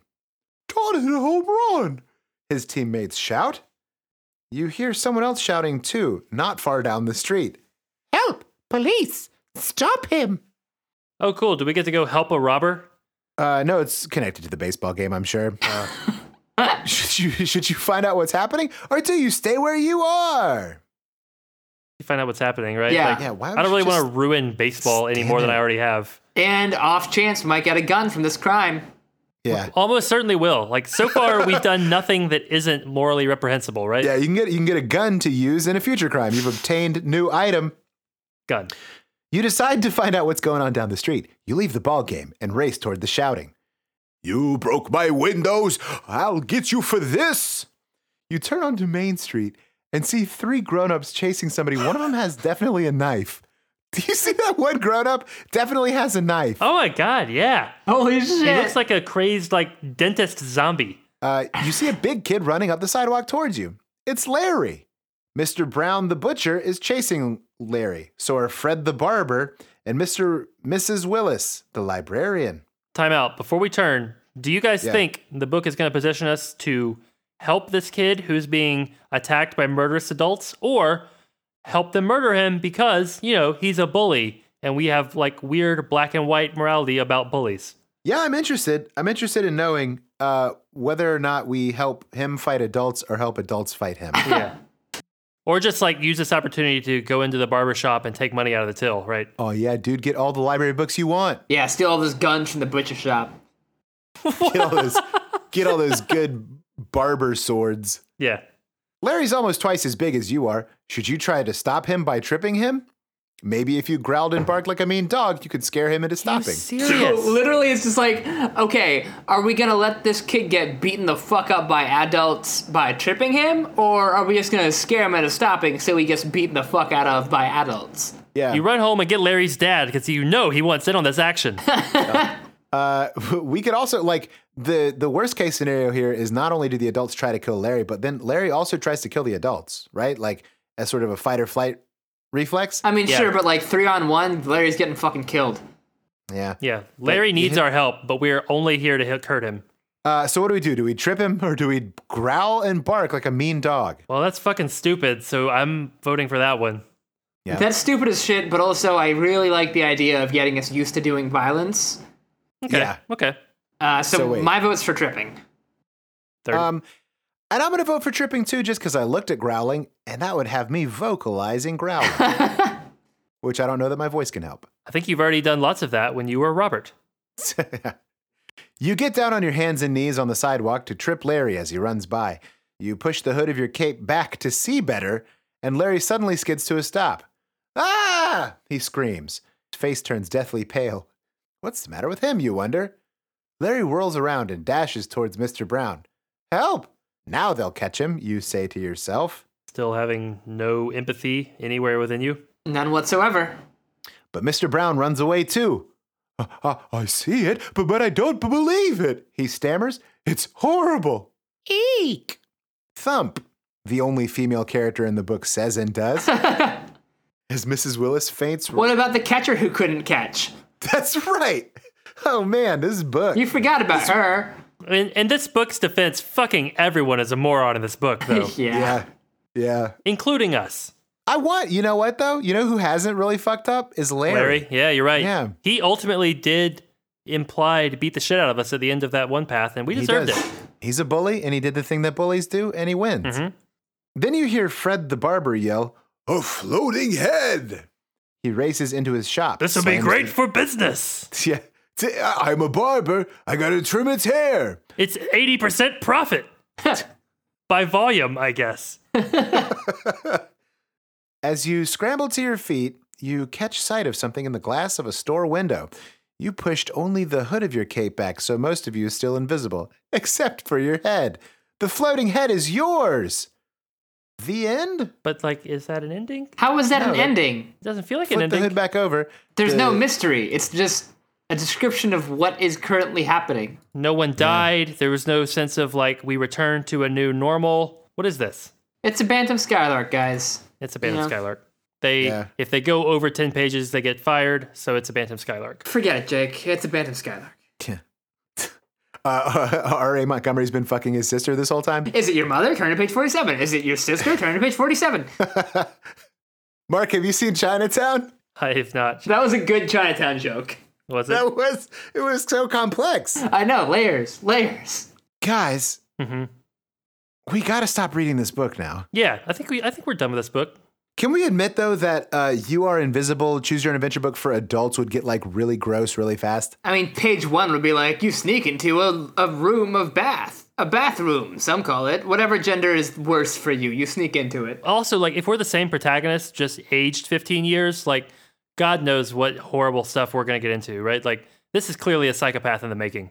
Speaker 1: Todd hit a home run! His teammates shout. You hear someone else shouting too, not far down the street. Help! Police! Stop him!
Speaker 2: Oh, cool. Do we get to go help a robber?
Speaker 1: Uh, no, it's connected to the baseball game, I'm sure. Uh, should you should you find out what's happening, or do you stay where you are?
Speaker 2: You find out what's happening, right?
Speaker 3: Yeah.
Speaker 1: Yeah, why?
Speaker 2: I don't really want
Speaker 1: to.
Speaker 2: to ruin baseball any more than I
Speaker 1: stand
Speaker 2: already have.
Speaker 3: and off chance might get a gun from this crime.
Speaker 1: Yeah,
Speaker 2: Almost certainly will. Like so far, we've done nothing that isn't morally reprehensible, right?
Speaker 1: yeah. You can get you can get a gun to use in a future crime. You've obtained new item.
Speaker 2: Gun.
Speaker 1: You decide to find out what's going on down the street. You leave the ball game and race toward the shouting. You broke my windows. I'll get you for this. You turn onto Main Street and see three grown-ups chasing somebody. One of them has definitely a knife. Do you see that one grown-up definitely has a knife?
Speaker 2: Oh my god, yeah.
Speaker 3: Holy shit!
Speaker 2: He looks like a crazed like dentist zombie.
Speaker 1: Uh, you see a big kid running up the sidewalk towards you. It's Larry. Mr. Brown the butcher is chasing Larry. So are Fred the barber and Mr. Mrs. Willis the librarian.
Speaker 2: Time out. Before we turn, do you guys
Speaker 1: Yeah.
Speaker 2: think the book is going to position us to help this kid who's being attacked by murderous adults, or help them murder him because you know he's a bully, and we have like weird black and white morality about bullies?
Speaker 1: Yeah, I'm interested. I'm interested in knowing uh, whether or not we help him fight adults or help adults fight him.
Speaker 2: Yeah. Or just like use this opportunity to go into the barber shop and take money out of the till, right?
Speaker 1: oh yeah, dude, get all the library books you want.
Speaker 3: yeah, steal all those guns from the butcher shop.
Speaker 1: Get all those, get all those good barber swords.
Speaker 2: Yeah.
Speaker 1: Larry's almost twice as big as you are. Should you try to stop him by tripping him? Maybe if you growled and barked like a mean dog, you could scare him into stopping.
Speaker 2: Serious.
Speaker 3: Literally, it's just like, okay, are we gonna let this kid get beaten the fuck up by adults by tripping him, or are we just gonna scare him into stopping so he gets beaten the fuck out of by adults?
Speaker 1: Yeah.
Speaker 2: You run home and get Larry's dad because you know he wants in on this action.
Speaker 1: Uh, we could also like the the worst case scenario here is not only do the adults try to kill Larry, but then Larry also tries to kill the adults, right? Like as sort of a fight or flight
Speaker 4: Uh,
Speaker 1: reflex.
Speaker 3: I mean,
Speaker 2: Yeah.
Speaker 3: sure, but like three on one, Larry's getting fucking killed.
Speaker 1: yeah.
Speaker 2: Yeah. Larry needs our help, but we're only here to h- hurt him.
Speaker 1: Uh, so what do we do? Do we trip him or do we growl and bark like a mean dog?
Speaker 2: Well, that's fucking stupid. So I'm voting for that one.
Speaker 1: Yeah.
Speaker 3: That's stupid as shit, but also I really like the idea of getting us used to doing violence.
Speaker 2: Okay.
Speaker 1: Yeah.
Speaker 2: Okay.
Speaker 3: Uh, so
Speaker 1: So wait.
Speaker 3: my vote's for tripping.
Speaker 2: Third.
Speaker 1: Um, and I'm gonna vote for tripping too, just because I looked at growling, and that would have me vocalizing growling, which I don't know that my voice can help.
Speaker 2: I think you've already done lots of that when you were Robert.
Speaker 1: you get down on your hands and knees on the sidewalk to trip Larry as he runs by. You push the hood of your cape back to see better, and Larry suddenly skids to a stop. Ah! He screams. His face turns deathly pale. What's the matter with him, you wonder? Larry whirls around and dashes towards Mr. Brown. Help! Now they'll catch him, you say to yourself.
Speaker 2: Still having no empathy anywhere within you.
Speaker 3: None whatsoever.
Speaker 1: But Mr. Brown runs away too. "Uh, uh, I see it, but, but I don't b- believe it, he stammers. It's horrible. Eek. Thump, the only female character in the book says and does. As Mrs. Willis faints.
Speaker 3: What about the catcher who couldn't catch?
Speaker 1: That's right. Oh man, this book.
Speaker 3: You forgot about her.
Speaker 2: In, in this book's defense,
Speaker 1: Oh,
Speaker 2: fucking everyone is a moron in this book, though,
Speaker 3: yeah.
Speaker 1: yeah. Yeah.
Speaker 2: including us.
Speaker 1: I want, you know what though? You know who hasn't really fucked up is Larry.
Speaker 2: Larry. Yeah, you're right.
Speaker 1: Yeah.
Speaker 2: He ultimately did imply to beat the shit out of us at the end of that one path, and we
Speaker 1: He
Speaker 2: deserved
Speaker 1: does.
Speaker 2: it. Mm-hmm.
Speaker 1: He's a bully and he did the thing that bullies do and he wins. Then you hear Fred the barber yell, A floating head. He races into his shop.
Speaker 2: This will be
Speaker 1: slams
Speaker 2: great for business.
Speaker 1: the- Yeah. T- I- I'm a barber. I gotta trim its hair.
Speaker 2: It's 80% profit by volume, I guess.
Speaker 1: As you scramble to your feet, you catch sight of something in the glass of a store window. You pushed only the hood of your cape back, so most of you is still invisible, except for your head. The floating head is yours. The end?
Speaker 2: But, like, is that an ending?
Speaker 4: How is that an
Speaker 1: that-
Speaker 4: ending?
Speaker 2: It doesn't feel like an
Speaker 1: Flip the
Speaker 2: ending.
Speaker 1: hood back over.
Speaker 4: There's no
Speaker 1: The-
Speaker 4: mystery. It's just a description of what is currently happening.
Speaker 2: No one died. There was no sense of, like, we return to a new normal. What is this?
Speaker 4: It's a Bantam Skylark, guys.
Speaker 2: It's a Bantam
Speaker 4: Yeah.
Speaker 2: Skylark. They,
Speaker 1: Yeah.
Speaker 2: if they go over 10 pages, they get fired. So it's a Bantam Skylark.
Speaker 4: Forget it, Jake. It's a Bantam Skylark.
Speaker 1: Uh, R.A. Montgomery's been fucking his sister this whole time.
Speaker 4: Is it your mother? Turn to page 47. Is it your sister? Turn to page 47.
Speaker 1: Mark, have you seen Chinatown?
Speaker 2: I have not.
Speaker 4: that was a good Chinatown joke.
Speaker 2: Was it?
Speaker 1: That was it was so complex.
Speaker 4: I know, layers, layers.
Speaker 1: Guys,
Speaker 2: Mhm.
Speaker 1: we gotta stop reading this book now.
Speaker 2: Yeah, I think we I think we're done with this book.
Speaker 1: Can we admit though that uh, you are invisible? Choose your own adventure book for adults would get like really gross really fast.
Speaker 4: I mean, page one would be like, you sneak into a, a room of bath. A bathroom, some call it. Whatever gender is worse for you, you sneak into it.
Speaker 2: Also, like if we're the same protagonist, just aged 15 years, like God knows what horrible stuff we're gonna get into, right? Like this is clearly a psychopath in the making.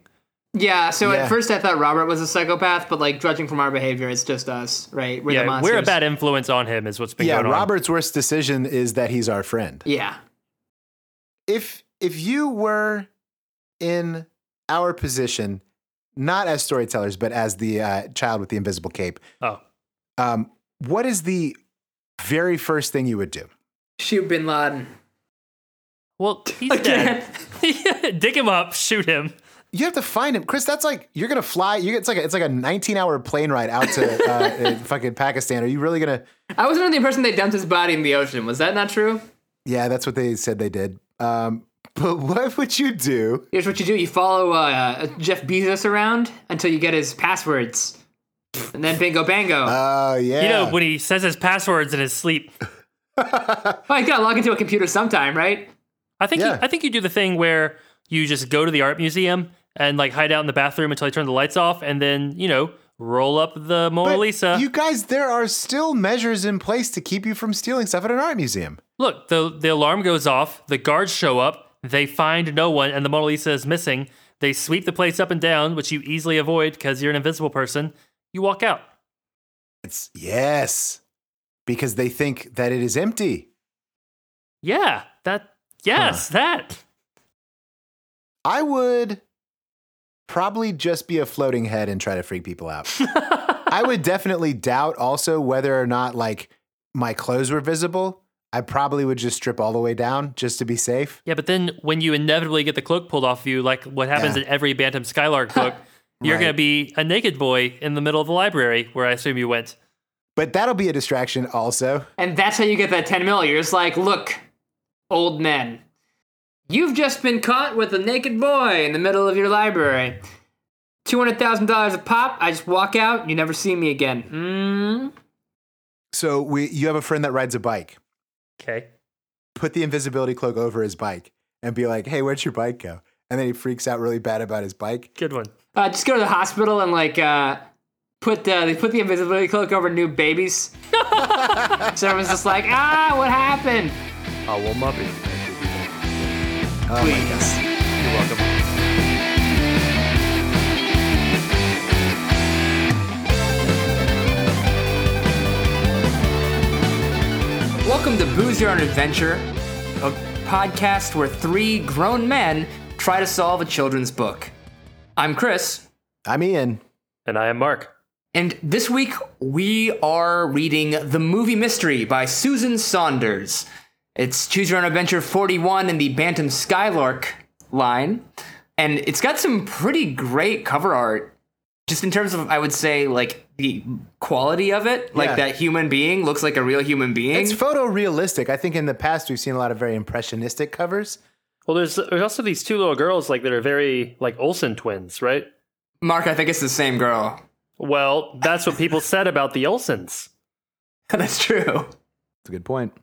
Speaker 4: Yeah, so
Speaker 1: Yeah.
Speaker 4: at first I thought Robert was a psychopath, but like, judging from our behavior, it's just us, right? We're the
Speaker 2: Yeah,
Speaker 4: monsters.
Speaker 2: we're a bad influence on him, is what's been
Speaker 1: Yeah,
Speaker 2: going on.
Speaker 1: Robert's worst decision is that he's our friend.
Speaker 4: Yeah.
Speaker 1: If if you were in our position, not as storytellers, but as the uh, child with the invisible cape,
Speaker 2: Oh,
Speaker 1: um, what is the very first thing you would do?
Speaker 4: Shoot Bin Laden.
Speaker 2: well, he's
Speaker 4: Again.
Speaker 2: dead. Dig him up, shoot him.
Speaker 1: You have to find him, Chris. That's like you're gonna fly. You it's like a, it's like a 19 hour plane ride out to uh, uh, fucking Pakistan. Are you really gonna?
Speaker 4: I was under the impression they dumped his body in the ocean. Was that not true?
Speaker 1: Yeah, that's what they said they did. Um, but what would you do?
Speaker 4: Here's what you do: you follow uh, Jeff Bezos around until you get his passwords, and then bingo bango.
Speaker 1: Oh yeah,
Speaker 2: You know, when he says his passwords in his sleep.
Speaker 4: oh, you gotta log into a computer sometime, right?
Speaker 2: I think
Speaker 1: Yeah.
Speaker 2: you, I think you do the thing where you just go to the art museum and like hide out in the bathroom until they turn the lights off, and then you know roll up the Mona
Speaker 1: But
Speaker 2: Lisa.
Speaker 1: You guys, there are still measures in place to keep you from stealing stuff at an art museum.
Speaker 2: Look, the the alarm goes off. The guards show up. They find no one, and the Mona Lisa is missing. They sweep the place up and down, which you easily avoid because you're an invisible person. You walk out.
Speaker 1: It's yes, because they think that it is empty.
Speaker 2: Yeah, that. Yes, that.
Speaker 1: I would probably just be a floating head and try to freak people out. I would definitely doubt also whether or not like my clothes were visible. I probably would just strip all the way down just to be safe.
Speaker 2: Yeah, but then when you inevitably get the cloak pulled off you, like what happens
Speaker 1: Yeah.
Speaker 2: in every Bantam Skylark book, you're
Speaker 1: Right.
Speaker 2: gonna be a naked boy in the middle of the library where I assume you went.
Speaker 1: But that'll be a distraction also.
Speaker 4: And that's how you get that 10 mil. You're just like, look, old men, you've just been caught with a naked boy in the middle of your library. $200,000 a pop, I just walk out, you never see me again. Mm.
Speaker 1: So we you have a friend that rides a bike.
Speaker 2: Okay.
Speaker 1: Put the invisibility cloak over his bike and be like, "Hey, where'd your bike go?" And then he freaks out really bad about his bike.
Speaker 2: Good one.
Speaker 4: Uh, just go to the hospital and like uh, put the, they put the invisibility cloak over new babies. so everyone's just like, ah, what happened?
Speaker 2: Oh well Muppet.
Speaker 1: Oh my god.
Speaker 2: You're welcome.
Speaker 4: Welcome to Booze Your Own Adventure, a podcast where three grown men try to solve a children's book. I'm Chris.
Speaker 1: I'm Ian.
Speaker 2: And I am Mark.
Speaker 4: And this week we are reading The Movie Mystery by Susan Saunders. It's Choose Your Own Adventure 41 in the Bantam Skylark line. And it's got some pretty great cover art, just in terms of, I would say, like the quality of it, like
Speaker 1: Yeah.
Speaker 4: that human being looks like a real human being.
Speaker 1: It's photorealistic. I think in the past we've seen a lot of very impressionistic covers.
Speaker 2: Well, there's there's also these two little girls like that are very like Olsen twins, right?
Speaker 4: Mark, I think it's the same girl.
Speaker 2: Well, that's what people said about the Olsens.
Speaker 4: That's true.
Speaker 1: That's a good point.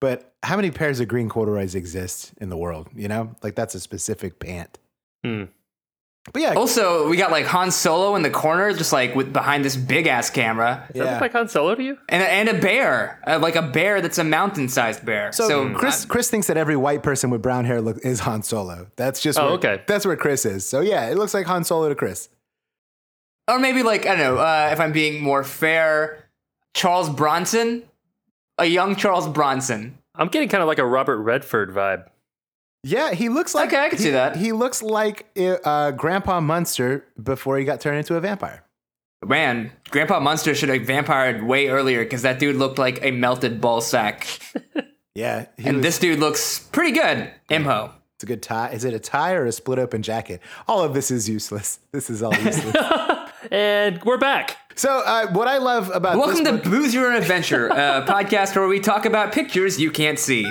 Speaker 1: But how many pairs of green corduroys exist in the world? You know, like that's a specific pant.
Speaker 2: Hmm.
Speaker 1: But yeah,
Speaker 4: Also, we got like Han Solo in the corner, just like with behind this big ass camera,
Speaker 2: Does that
Speaker 1: yeah.
Speaker 2: look like Han Solo to you?
Speaker 4: and and a bear, uh, like a bear that's a mountain-sized bear.
Speaker 1: so, Mm.
Speaker 4: So,
Speaker 1: Chris, Chris thinks that every white person with brown hair look, is Han Solo. That's just
Speaker 2: Oh,
Speaker 1: where,
Speaker 2: okay.
Speaker 1: That's where Chris is. So yeah, it looks like Han Solo to Chris.
Speaker 4: or maybe like I don't know. Uh, if I'm being more fair, Charles Bronson, a young Charles Bronson.
Speaker 2: I'm getting kind of like a Robert Redford vibe.
Speaker 1: Yeah, he looks like.
Speaker 4: Okay, I can
Speaker 1: he-
Speaker 4: see that.
Speaker 1: He looks like uh, Grandpa Munster before he got turned into a vampire.
Speaker 4: Man, Grandpa Munster should have vampired way earlier because that dude looked like a melted ball sack,
Speaker 1: Yeah, he
Speaker 4: and
Speaker 1: was-
Speaker 4: this dude looks pretty good. Imho.
Speaker 1: It's a good tie. Is it a tie or a split open jacket? All of this is useless. This is all useless.
Speaker 2: And we're back.
Speaker 1: so, uh, what I love about
Speaker 4: Welcome
Speaker 1: this
Speaker 4: to Booze Your Adventure, a podcast where we talk about pictures you can't see.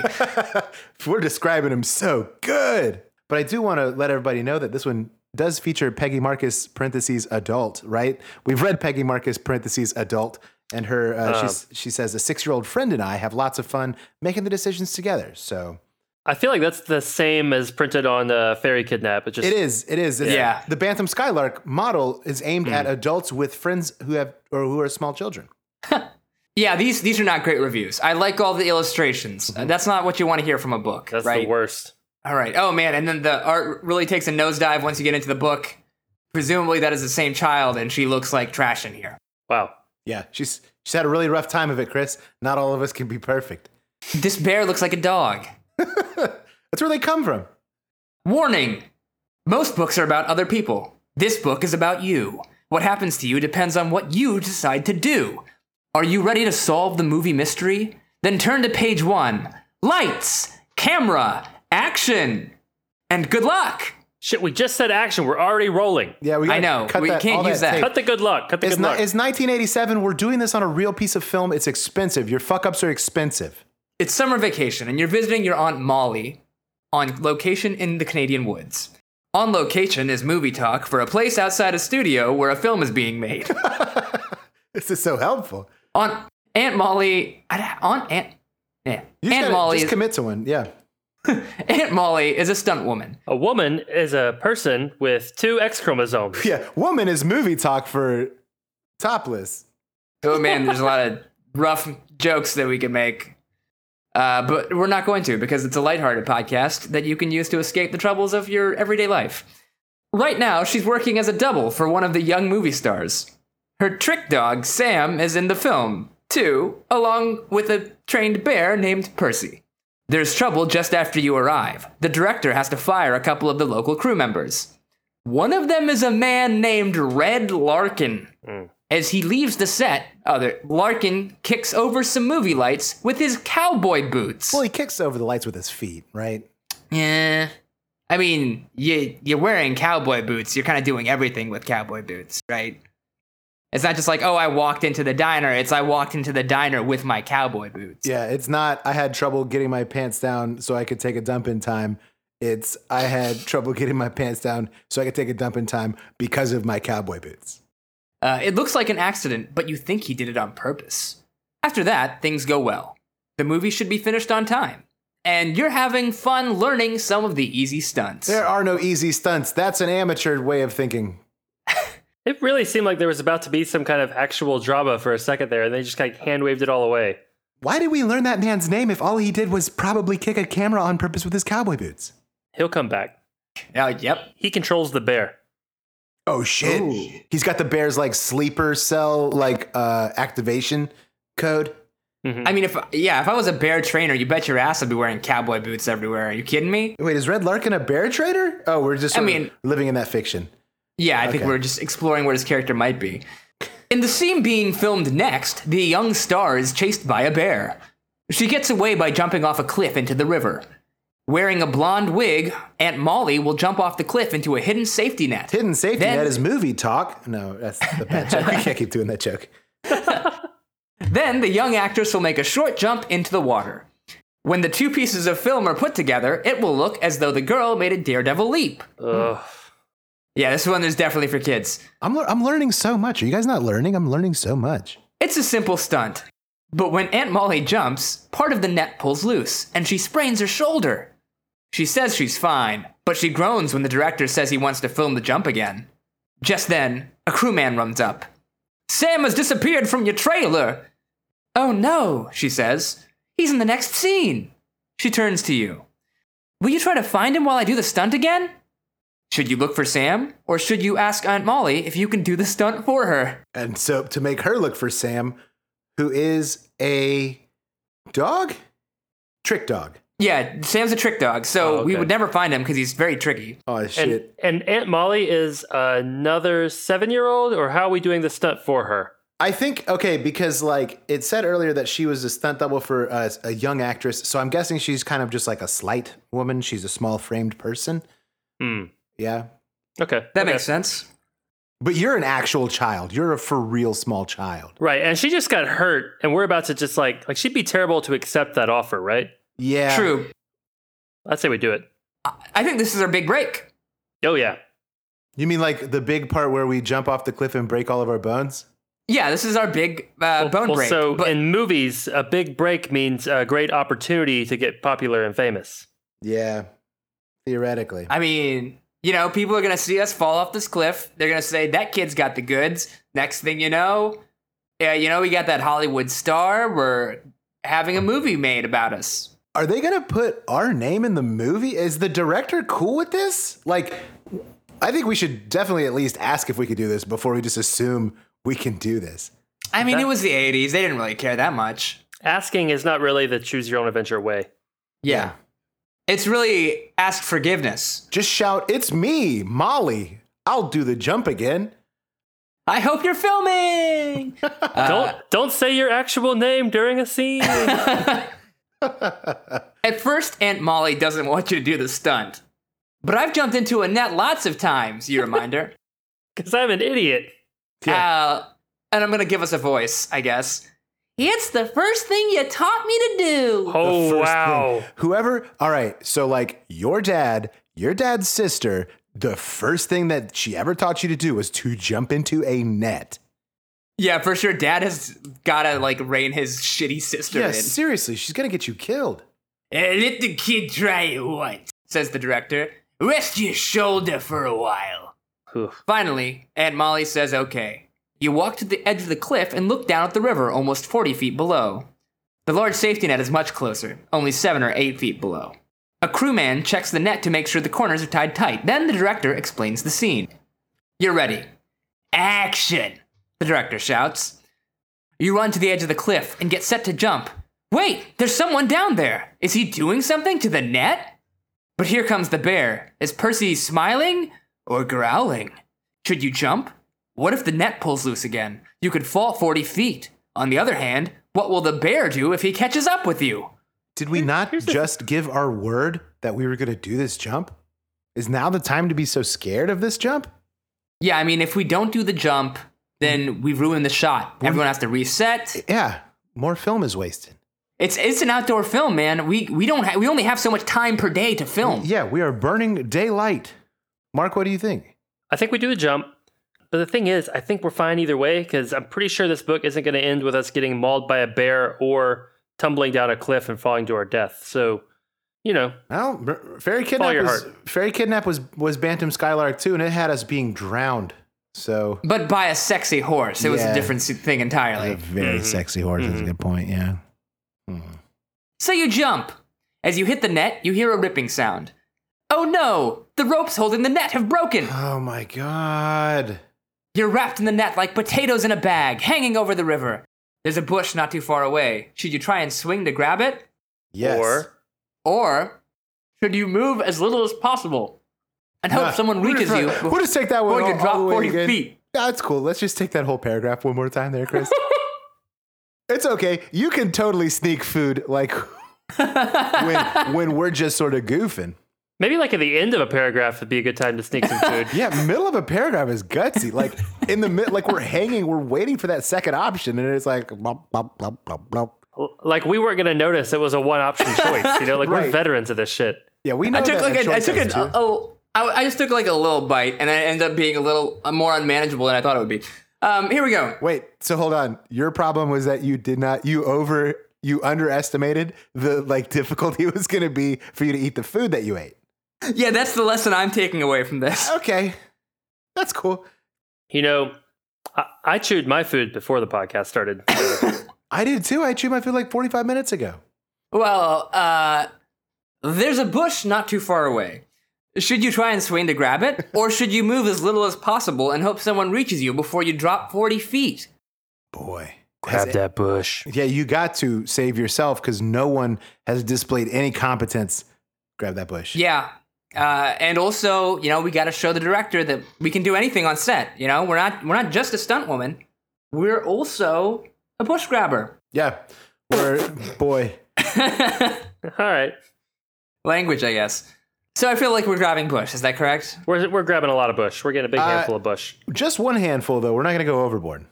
Speaker 1: We're describing him so good. But I do want to let everybody know that this one does feature Peggy Marcus parentheses adult, right? We've read Peggy Marcus parentheses adult and her uh, she's, she says a 6-year-old friend and I have lots of fun making the decisions together. So,
Speaker 2: I feel like that's the same as printed on uh, Fairy Kidnap. It just
Speaker 1: it is it is it's-
Speaker 4: Yeah. Hmm.
Speaker 1: The Bantam Skylark model is aimed at adults with friends who have or who are small children.
Speaker 4: Yeah, these these are not great reviews. I like all the illustrations.
Speaker 1: Mm-hmm.
Speaker 4: Uh, That's not what you want to hear from a book,
Speaker 2: that's
Speaker 4: right?
Speaker 2: the worst.
Speaker 4: All right. Oh man, and then the art really takes a nosedive once you get into the book. Presumably, that is the same child, and she looks like trash in here.
Speaker 2: Wow.
Speaker 1: Yeah, she's she's had a really rough time of it, Chris. Not all of us can be perfect.
Speaker 4: This bear looks like a dog.
Speaker 1: That's where they come from.
Speaker 4: Warning: Most books are about other people. This book is about you. What happens to you depends on what you decide to do. Are you ready to solve the movie mystery? Then turn to page one. Lights, camera, action, and good luck.
Speaker 2: Shit, we just said action. We're already rolling.
Speaker 1: Yeah, we. gotta
Speaker 4: I know.
Speaker 1: Cut
Speaker 4: We
Speaker 1: that,
Speaker 4: can't
Speaker 1: all
Speaker 4: use that.
Speaker 1: tape.
Speaker 2: Cut the good luck. Cut the
Speaker 1: It's
Speaker 2: good
Speaker 1: not.
Speaker 2: luck.
Speaker 1: It's 1987. We're doing this on a real piece of film. It's expensive. Your fuck ups are expensive.
Speaker 4: It's summer vacation, and you're visiting your Aunt Molly on location in the Canadian woods. On location is movie talk for a place outside a studio where a film is being made.
Speaker 1: This is so helpful.
Speaker 4: Aunt Aunt Molly, I- Aunt Aunt Aunt,
Speaker 1: You just
Speaker 4: Aunt
Speaker 1: gotta-
Speaker 4: Molly,
Speaker 1: just
Speaker 4: is,
Speaker 1: commit to one. Yeah.
Speaker 4: Aunt Molly is a stunt woman.
Speaker 2: a woman is a person with two X chromosomes.
Speaker 1: Yeah. Woman is movie talk for topless.
Speaker 4: Oh man, there's a lot of rough jokes that we could make, uh, but we're not going to because it's a lighthearted podcast that you can use to escape the troubles of your everyday life. Right now, she's working as a double for one of the young movie stars. Her trick dog Sam is in the film too, along with a trained bear named Percy. There's trouble just after you arrive. The director has to fire a couple of the local crew members. One of them is a man named Red Larkin. As he leaves the set, other Larkin kicks over some movie lights with his cowboy boots.
Speaker 1: Well, he kicks over the lights with his feet, right?
Speaker 4: Yeah. I mean, you you're wearing cowboy boots. You're kind of doing everything with cowboy boots, right? It's not just like, "Oh, I walked into the diner." It's I walked into the diner with my cowboy boots.
Speaker 1: Yeah. It's not. I had trouble getting my pants down so I could take a dump in time. It's I had trouble getting my pants down so I could take a dump in time because of my cowboy boots.
Speaker 4: Uh, it looks like an accident, but you think he did it on purpose. After that, things go well. The movie should be finished on time, and you're having fun learning some of the easy stunts.
Speaker 1: There are no easy stunts. That's an amateur way of thinking.
Speaker 2: It really seemed like there was about to be some kind of actual drama for a second there, and they just kind of hand waved it all away.
Speaker 1: Why did we learn that man's name if all he did was probably kick a camera on purpose with his cowboy boots?
Speaker 2: He'll come back.
Speaker 4: Uh, yep.
Speaker 2: He controls the bear.
Speaker 1: Oh shit.
Speaker 4: Ooh.
Speaker 1: He's got the bear's like sleeper cell like uh activation code.
Speaker 4: I mean, if yeah, if I was a bear trainer, you bet your ass I'd be wearing cowboy boots everywhere. Are you kidding me?
Speaker 1: Wait, is Red Larkin a bear trader? Oh, we're just
Speaker 4: I
Speaker 1: sort of
Speaker 4: mean-
Speaker 1: living in that fiction.
Speaker 4: Yeah, I think
Speaker 1: Okay.
Speaker 4: we're just exploring where his character might be. In the scene being filmed next, the young star is chased by a bear. She gets away by jumping off a cliff into the river. Wearing a blonde wig, Aunt Molly will jump off the cliff into a hidden safety net.
Speaker 1: Hidden safety
Speaker 4: Then-
Speaker 1: net is movie talk. No, that's the bad joke. I can't keep doing that joke.
Speaker 4: Then the young actress will make a short jump into the water. When the two pieces of film are put together, it will look as though the girl made a daredevil leap.
Speaker 2: Ugh.
Speaker 4: Yeah, this one is definitely for kids.
Speaker 1: I'm, lear- I'm learning so much. Are you guys not learning? I'm learning so much.
Speaker 4: It's a simple stunt. But when Aunt Molly jumps, part of the net pulls loose and she sprains her shoulder. She says she's fine, but she groans when the director says he wants to film the jump again. Just then, a crewman runs up. Sam has disappeared from your trailer! Oh no, she says. He's in the next scene. She turns to you. Will you try to find him while I do the stunt again? Should you look for Sam, or should you ask Aunt Molly if you can do the stunt for her?
Speaker 1: And so to make her look for Sam, who is a dog? Trick dog.
Speaker 4: Yeah, Sam's a trick dog, so
Speaker 2: Oh,
Speaker 4: we
Speaker 2: okay.
Speaker 4: would never find him because he's very tricky.
Speaker 1: Oh,
Speaker 2: And,
Speaker 1: shit.
Speaker 2: and Aunt Molly is another seven year old, or how are we doing the stunt for her?
Speaker 1: I think, okay, because like it said earlier that she was a stunt double for a, a young actress. So I'm guessing she's kind of just like a slight woman. She's a small framed person.
Speaker 2: Hmm.
Speaker 1: Yeah.
Speaker 2: Okay.
Speaker 4: That
Speaker 2: okay.
Speaker 4: makes sense.
Speaker 1: But you're an actual child. You're a for real small child.
Speaker 2: Right. And she just got hurt, and we're about to just like, like she'd be terrible to accept that offer, right?
Speaker 1: Yeah.
Speaker 4: True.
Speaker 2: I'd say we do it.
Speaker 4: I think this is our big break.
Speaker 2: Oh, yeah.
Speaker 1: You mean like the big part where we jump off the cliff and break all of our bones?
Speaker 4: Yeah, this is our big uh, bone
Speaker 2: well,
Speaker 4: break.
Speaker 2: So
Speaker 4: but
Speaker 2: in movies, a big break means a great opportunity to get popular and famous.
Speaker 1: Yeah. Theoretically.
Speaker 4: I mean, you know, people are gonna see us fall off this cliff. They're gonna say that kid's got the goods. Next thing you know, yeah, you know, we got that Hollywood star. We're having a movie made about us.
Speaker 1: Are they going to put our name in the movie? Is the director cool with this? Like, I think we should definitely at least ask if we could do this before we just assume we can do this.
Speaker 4: I mean,
Speaker 2: That-
Speaker 4: it was the '80s. They didn't really care that much.
Speaker 2: Asking is not really the choose your own adventure way.
Speaker 4: yeah. it's really ask forgiveness.
Speaker 1: Just shout, It's me, Molly. I'll do the jump again.
Speaker 4: I hope you're filming.
Speaker 1: Uh,
Speaker 2: don't don't say your actual name during a scene.
Speaker 4: At first, Aunt Molly doesn't want you to do the stunt. But I've jumped into a net lots of times, you reminder.
Speaker 2: Because I'm an idiot.
Speaker 4: uh, and I'm going to give us a voice, I guess. It's the first thing you taught me to do.
Speaker 1: The
Speaker 2: Oh
Speaker 1: first
Speaker 2: wow.
Speaker 1: thing. Whoever, all right, so like your dad, your dad's sister, the first thing that she ever taught you to do was to jump into a net.
Speaker 4: Yeah, for sure. Dad has got to, like, rein his shitty sister
Speaker 1: Yeah, seriously, she's going to get you killed.
Speaker 4: in. Uh, let the kid try it once, says the director. Rest your shoulder for a while.
Speaker 2: Whew.
Speaker 4: Finally, Aunt Molly says, okay. You walk to the edge of the cliff and look down at the river almost 40 feet below. The large safety net is much closer, only 7 or 8 feet below. A crewman checks the net to make sure the corners are tied tight. Then the director explains the scene. You're ready. Action! The director shouts. You run to the edge of the cliff and get set to jump. Wait, there's someone down there! Is he doing something to the net? But here comes the bear. Is Percy smiling or growling? Should you jump? What if the net pulls loose again? You could fall 40 feet. On the other hand, what will the bear do if he catches up with you?
Speaker 1: Did we not just give our word that we were going to do this jump? Is now the time to be so scared of this jump?
Speaker 4: Yeah, I mean, if we don't do the jump, then we ruin the shot. Everyone has to reset.
Speaker 1: Yeah, more film is wasted.
Speaker 4: It's it's an outdoor film, man. We we don't ha- we only have so much time per day to film.
Speaker 1: Yeah, we are burning daylight. Mark, what do you think?
Speaker 2: I think we do the jump. But the thing is, I think we're fine either way because I'm pretty sure this book isn't going to end with us getting mauled by a bear or tumbling down a cliff and falling to our death. So, you know,
Speaker 1: Well, r- fairy
Speaker 2: Follow
Speaker 1: kidnap
Speaker 2: your
Speaker 1: was,
Speaker 2: heart.
Speaker 1: fairy kidnap was was Bantam Skylark too, and it had us being drowned. So
Speaker 4: But by a sexy horse, it was a
Speaker 1: Yeah.
Speaker 4: different s- thing entirely.
Speaker 1: very sexy horse. That's a good point. Yeah.
Speaker 4: So you jump. As you hit the net, you hear a ripping sound. Oh no! The ropes holding the net have broken.
Speaker 1: Oh my god.
Speaker 4: You're wrapped in the net like potatoes in a bag, hanging over the river. There's a bush not too far away. Should you try and swing to grab it?
Speaker 1: Yes.
Speaker 2: or
Speaker 4: Or should you move as little as possible and hope
Speaker 1: Nah,
Speaker 4: someone
Speaker 1: we'll
Speaker 4: reaches
Speaker 1: just-
Speaker 4: you
Speaker 1: We'll
Speaker 4: before
Speaker 1: just take that one.
Speaker 4: you
Speaker 1: all- all
Speaker 4: drop
Speaker 1: the way
Speaker 4: 40
Speaker 1: again.
Speaker 4: feet?
Speaker 1: Yeah, that's cool. Let's just take that whole paragraph one more time there, Chris. it's okay. You can totally sneak food like when when we're just sort of goofing.
Speaker 2: Maybe like at the end of a paragraph would be a good time to sneak some food.
Speaker 1: Yeah, middle of a paragraph is gutsy. Like in the mid, like we're hanging, we're waiting for that second option, and it's like blop blop blop blop blop.
Speaker 2: L- Like we weren't gonna notice it was a one option choice. You know, like
Speaker 1: Right.
Speaker 2: we're veterans of this shit.
Speaker 1: Yeah, we know.
Speaker 4: I took
Speaker 1: that
Speaker 4: like
Speaker 1: the
Speaker 4: a, I
Speaker 1: short
Speaker 4: took
Speaker 1: comes
Speaker 4: a,
Speaker 1: too.
Speaker 4: oh, I, I just took like a little bite, and I ended up being a little uh, more unmanageable than I thought it would be. Um, here we go.
Speaker 1: Wait, so hold on. Your problem was that you did not you over you underestimated the like difficulty it was going to be for you to eat the food that you ate.
Speaker 4: Yeah, that's the lesson I'm taking away from this.
Speaker 1: Okay, that's cool.
Speaker 2: You know, I, I chewed my food before the podcast started.
Speaker 1: I did too. I chewed my food like forty five minutes ago.
Speaker 4: Well, uh, there's a bush not too far away. Should you try and swing to grab it, or should you move as little as possible and hope someone reaches you before you drop 40 feet?
Speaker 1: Boy, has
Speaker 2: Grab that bush.
Speaker 1: Yeah, you got to save yourself because no one has displayed any competence. Grab that bush.
Speaker 4: Yeah. Uh, and also, you know, we got to show the director that we can do anything on set. You know, we're not we're not just a stunt woman. We're also a bush grabber.
Speaker 1: Yeah. We're, boy,
Speaker 2: All right,
Speaker 4: Language, I guess. So I feel like we're grabbing bush. Is that correct?
Speaker 2: we're we're grabbing a lot of bush. We're getting a big
Speaker 1: Uh,
Speaker 2: handful of bush.
Speaker 1: just one handful though. We're not going to go overboard.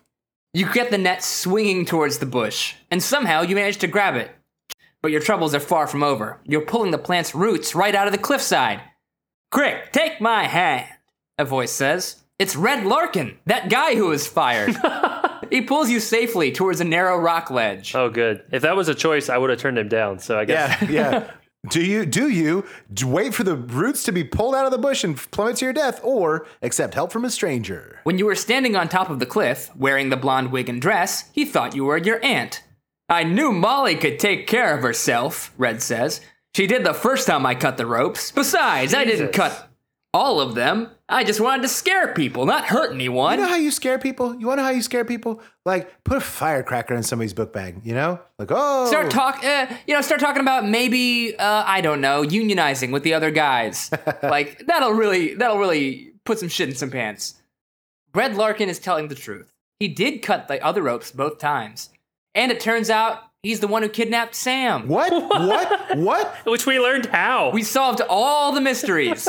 Speaker 4: You get the net swinging towards the bush, and somehow you manage to grab it. But your troubles are far from over. You're pulling the plant's roots right out of the cliffside. Crick, take my hand, a voice says. It's Red Larkin, that guy who was fired. he pulls you safely towards a narrow rock ledge.
Speaker 2: Oh, good. If that was a choice, I would have turned him down. So I guess
Speaker 1: Yeah, yeah. do you do you d- wait for the roots to be pulled out of the bush and plummet to your death, or accept help from a stranger?
Speaker 4: When you were standing on top of the cliff, wearing the blonde wig and dress, he thought you were your aunt. I knew Molly could take care of herself, Red says. She did the first time I cut the ropes. Besides, I didn't
Speaker 2: Jesus.
Speaker 4: cut all of them. I just wanted to scare people, not hurt anyone.
Speaker 1: You know how you scare people? You want to know how you scare people? Like put a firecracker in somebody's book bag. You know, like oh,
Speaker 4: Start talk, uh, you know, start talking about maybe uh, I don't know, unionizing with the other guys. like that'll really, that'll really put some shit in some pants. Red Larkin is telling the truth. He did cut the other ropes both times, and it turns out he's the one who kidnapped Sam.
Speaker 1: what? What? What?
Speaker 2: which we learned how.
Speaker 4: We solved all the mysteries.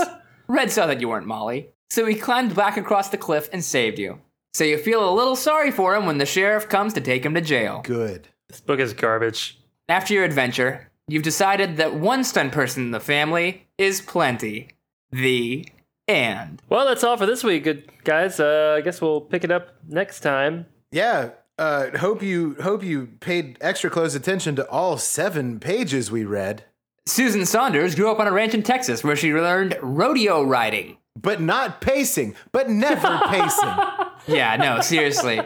Speaker 4: Red saw that you weren't Molly, so he climbed back across the cliff and saved you. So you feel a little sorry for him when the sheriff comes to take him to jail.
Speaker 1: Good.
Speaker 2: this book is garbage.
Speaker 4: After your adventure, you've decided that one stunt person in the family is plenty. The end.
Speaker 2: Well, that's all for this week, good guys. Uh, I guess we'll pick it up next time.
Speaker 1: Yeah. Uh, hope you hope you paid extra close attention to all seven pages we read,
Speaker 4: Susan Saunders grew up on a ranch in Texas where she learned rodeo riding.
Speaker 1: but not pacing, but never pacing.
Speaker 4: Yeah, no, seriously.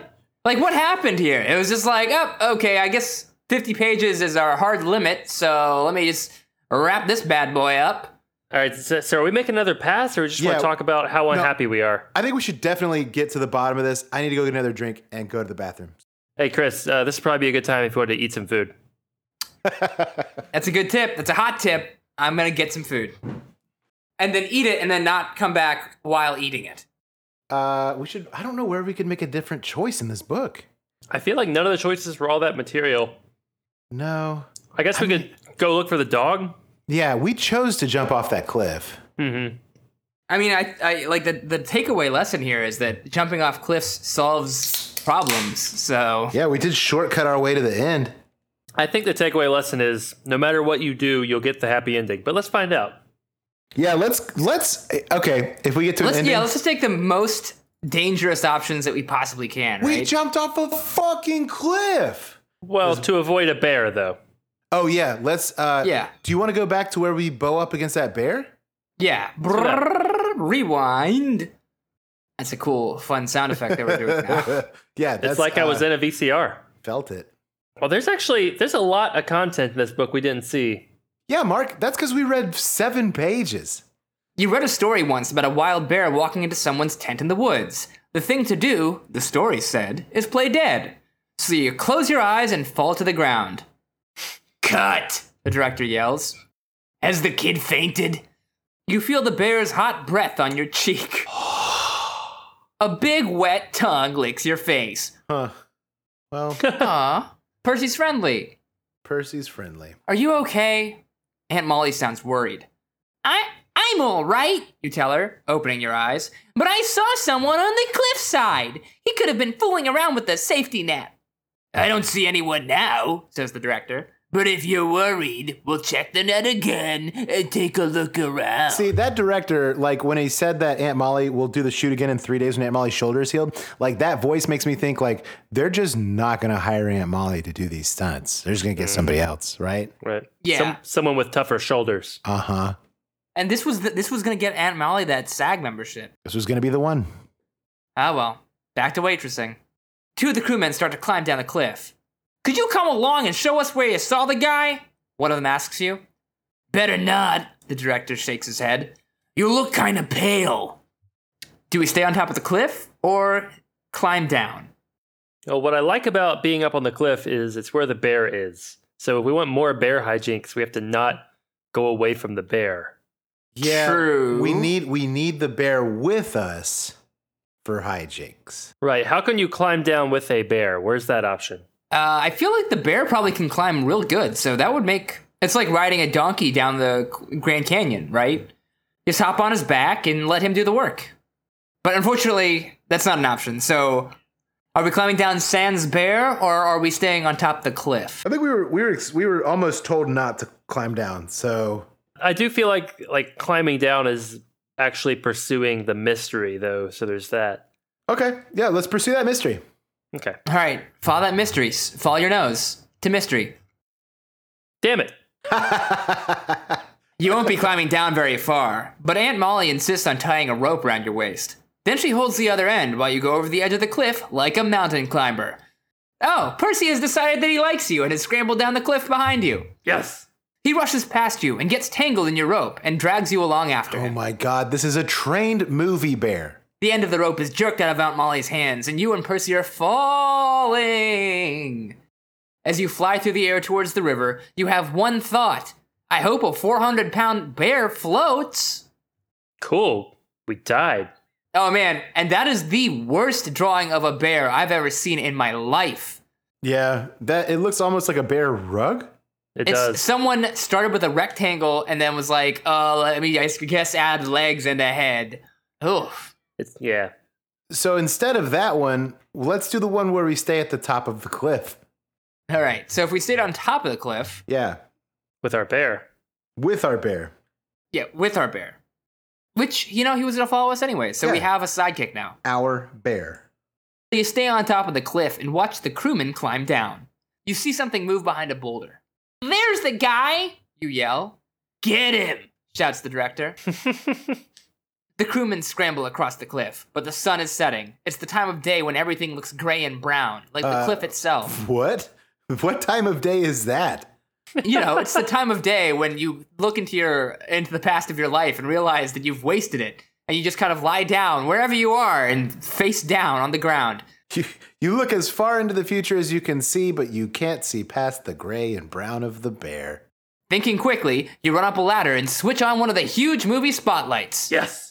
Speaker 4: Like, what happened here? It was just like, oh, okay, I guess 50 pages is our hard limit, so let me just wrap this bad boy up.
Speaker 2: All right, so, so are we making another pass, or we just want
Speaker 1: Yeah.
Speaker 2: to talk about how unhappy we are?
Speaker 1: I think we should definitely get to the bottom of this. I need to go get another drink and go to the bathroom.
Speaker 2: Hey, Chris, uh, this would probably be a good time if you wanted to eat some food.
Speaker 4: That's a good tip. That's a hot tip. I'm gonna get some food. And then eat it and then not come back while eating it.
Speaker 1: Uh, we should. I don't know where we could make a different choice in this book.
Speaker 2: I feel like none of the choices were all that material.
Speaker 1: No.
Speaker 2: I guess we could go look for the dog.
Speaker 1: Yeah, we chose to jump off that cliff.
Speaker 2: Mm-hmm.
Speaker 4: I mean, I, I like the the takeaway lesson here is that jumping off cliffs solves problems. So
Speaker 1: Yeah, we did shortcut our way to the end.
Speaker 2: I think the takeaway lesson is no matter what you do, you'll get the happy ending. But let's find out.
Speaker 1: Yeah, let's let's. Okay, if we get to
Speaker 4: let's
Speaker 1: an ending,
Speaker 4: yeah, let's just take the most dangerous options that we possibly can.
Speaker 1: we
Speaker 4: right?
Speaker 1: jumped off a fucking cliff.
Speaker 2: Well, to avoid a bear, though.
Speaker 1: Oh yeah, let's. Uh,
Speaker 4: Yeah.
Speaker 1: Do you want to go back to where we bow up against that bear?
Speaker 4: yeah. Brrrr, rewind. That's a cool, fun sound effect that we're doing now.
Speaker 1: yeah, that's
Speaker 2: It's like I was
Speaker 1: uh,
Speaker 2: in a VCR.
Speaker 1: felt it.
Speaker 2: Well, there's actually there's a lot of content in this book we didn't see.
Speaker 1: Yeah, Mark, that's because we read seven pages.
Speaker 4: You read a story once about a wild bear walking into someone's tent in the woods. The thing to do, the story said, is play dead. So you close your eyes and fall to the ground. Cut! The director yells. Has the kid fainted? You feel the bear's hot breath on your cheek. a big wet tongue licks your face.
Speaker 1: Huh. Well,
Speaker 4: Aw, Percy's friendly.
Speaker 1: Percy's friendly.
Speaker 4: Are you okay? Aunt Molly sounds worried. I I'm all right, you tell her, opening your eyes. But I saw someone on the cliffside. He could have been fooling around with the safety net. I don't see anyone now, says the director. But if you're worried, we'll check the net again and take a look around.
Speaker 1: See, that director, like when he said that Aunt Molly will do the shoot again in three days when Aunt Molly's shoulder is healed, like that voice makes me think like they're just not gonna hire Aunt Molly to do these stunts. They're just gonna get somebody
Speaker 2: Mm.
Speaker 1: else, right?
Speaker 2: Right.
Speaker 4: Yeah.
Speaker 2: Some, someone with tougher shoulders.
Speaker 1: Uh-huh.
Speaker 4: and this was the, this was gonna get Aunt Molly that SAG membership.
Speaker 1: This was gonna be the one.
Speaker 4: Ah well, back to waitressing. Two of the crewmen start to climb down the cliff. Could you come along and show us where you saw the guy? One of them asks you. Better not, the director shakes his head. You look kind of pale. Do we stay on top of the cliff or climb down?
Speaker 2: Oh, what I like about being up on the cliff is it's where the bear is. So if we want more bear hijinks, we have to not go away from the bear.
Speaker 1: Yeah.
Speaker 4: True.
Speaker 1: We need we need the bear with us for hijinks.
Speaker 2: Right. How can you climb down with a bear? Where's that option?
Speaker 4: Uh, I feel like the bear probably can climb real good, so that would make it's like riding a donkey down the Grand Canyon, right? Just hop on his back and let him do the work. But unfortunately, that's not an option. So, are we climbing down Sans Bear or are we staying on top of the cliff?
Speaker 1: I think we were we were we were almost told not to climb down. So
Speaker 2: I do feel like like climbing down is actually pursuing the mystery though, so there's that.
Speaker 1: okay, yeah, let's pursue that mystery.
Speaker 2: Okay.
Speaker 4: All right, follow that mystery. S- Follow your nose to mystery.
Speaker 2: Damn it.
Speaker 4: You won't be climbing down very far, but Aunt Molly insists on tying a rope around your waist. Then she holds the other end while you go over the edge of the cliff like a mountain climber. Oh, Percy has decided that he likes you and has scrambled down the cliff behind you.
Speaker 2: Yes.
Speaker 4: He rushes past you and gets tangled in your rope and drags you along after
Speaker 1: Oh
Speaker 4: him.
Speaker 1: my god, this is a trained movie bear.
Speaker 4: The end of the rope is jerked out of Aunt Molly's hands, and you and Percy are falling. As you fly through the air towards the river, you have one thought I hope a 400 pound bear floats.
Speaker 2: Cool. We died.
Speaker 4: Oh man, and that is the worst drawing of a bear I've ever seen in my life.
Speaker 1: Yeah, that it looks almost like a bear rug.
Speaker 2: It
Speaker 4: It's
Speaker 2: does.
Speaker 4: someone started with a rectangle and then was like, "Uh, let me I guess add legs and a head." Oof.
Speaker 2: It's yeah.
Speaker 1: So instead of that one, let's do the one where we stay at the top of the cliff.
Speaker 4: All right. So if we stayed on top of the cliff,
Speaker 1: Yeah,
Speaker 2: With our bear.
Speaker 1: with our bear.
Speaker 4: yeah, with our bear, which you know he was gonna follow us anyway, so we
Speaker 1: Yeah.
Speaker 4: have a sidekick now.
Speaker 1: Our bear.
Speaker 4: You stay on top of the cliff and watch the crewmen climb down. You see something move behind a boulder. There's the guy! You yell. Get him! shouts the director. The crewmen scramble across the cliff, but the sun is setting. It's the time of day when everything looks gray and brown, like the
Speaker 1: Uh,
Speaker 4: cliff itself.
Speaker 1: What? What time of day is that?
Speaker 4: You know, it's the time of day when you look into your into the past of your life and realize that you've wasted it, and you just kind of lie down wherever you are and face down on the ground.
Speaker 1: You, you look as far into the future as you can see, but you can't see past the gray and brown of the bear.
Speaker 4: Thinking quickly, you run up a ladder and switch on one of the huge movie spotlights.
Speaker 2: Yes.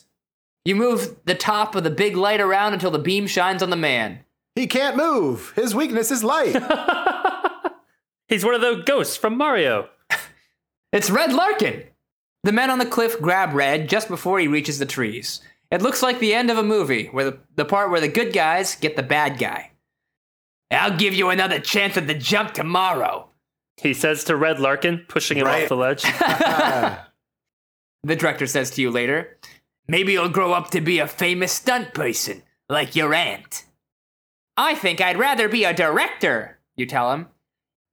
Speaker 4: You move the top of the big light around until the beam shines on the man.
Speaker 1: He can't move. His weakness is light.
Speaker 2: He's one of those ghosts from Mario.
Speaker 4: It's Red Larkin! The men on the cliff grab Red just before he reaches the trees. It looks like the end of a movie, where the, the part where the good guys get the bad guy. I'll give you another chance at the jump tomorrow,
Speaker 2: He says to Red Larkin, pushing him
Speaker 1: Right.
Speaker 2: off the ledge.
Speaker 1: Ah,
Speaker 4: the director says to you later. Maybe you'll grow up to be a famous stunt person, like your aunt. I think I'd rather be a director, you tell him.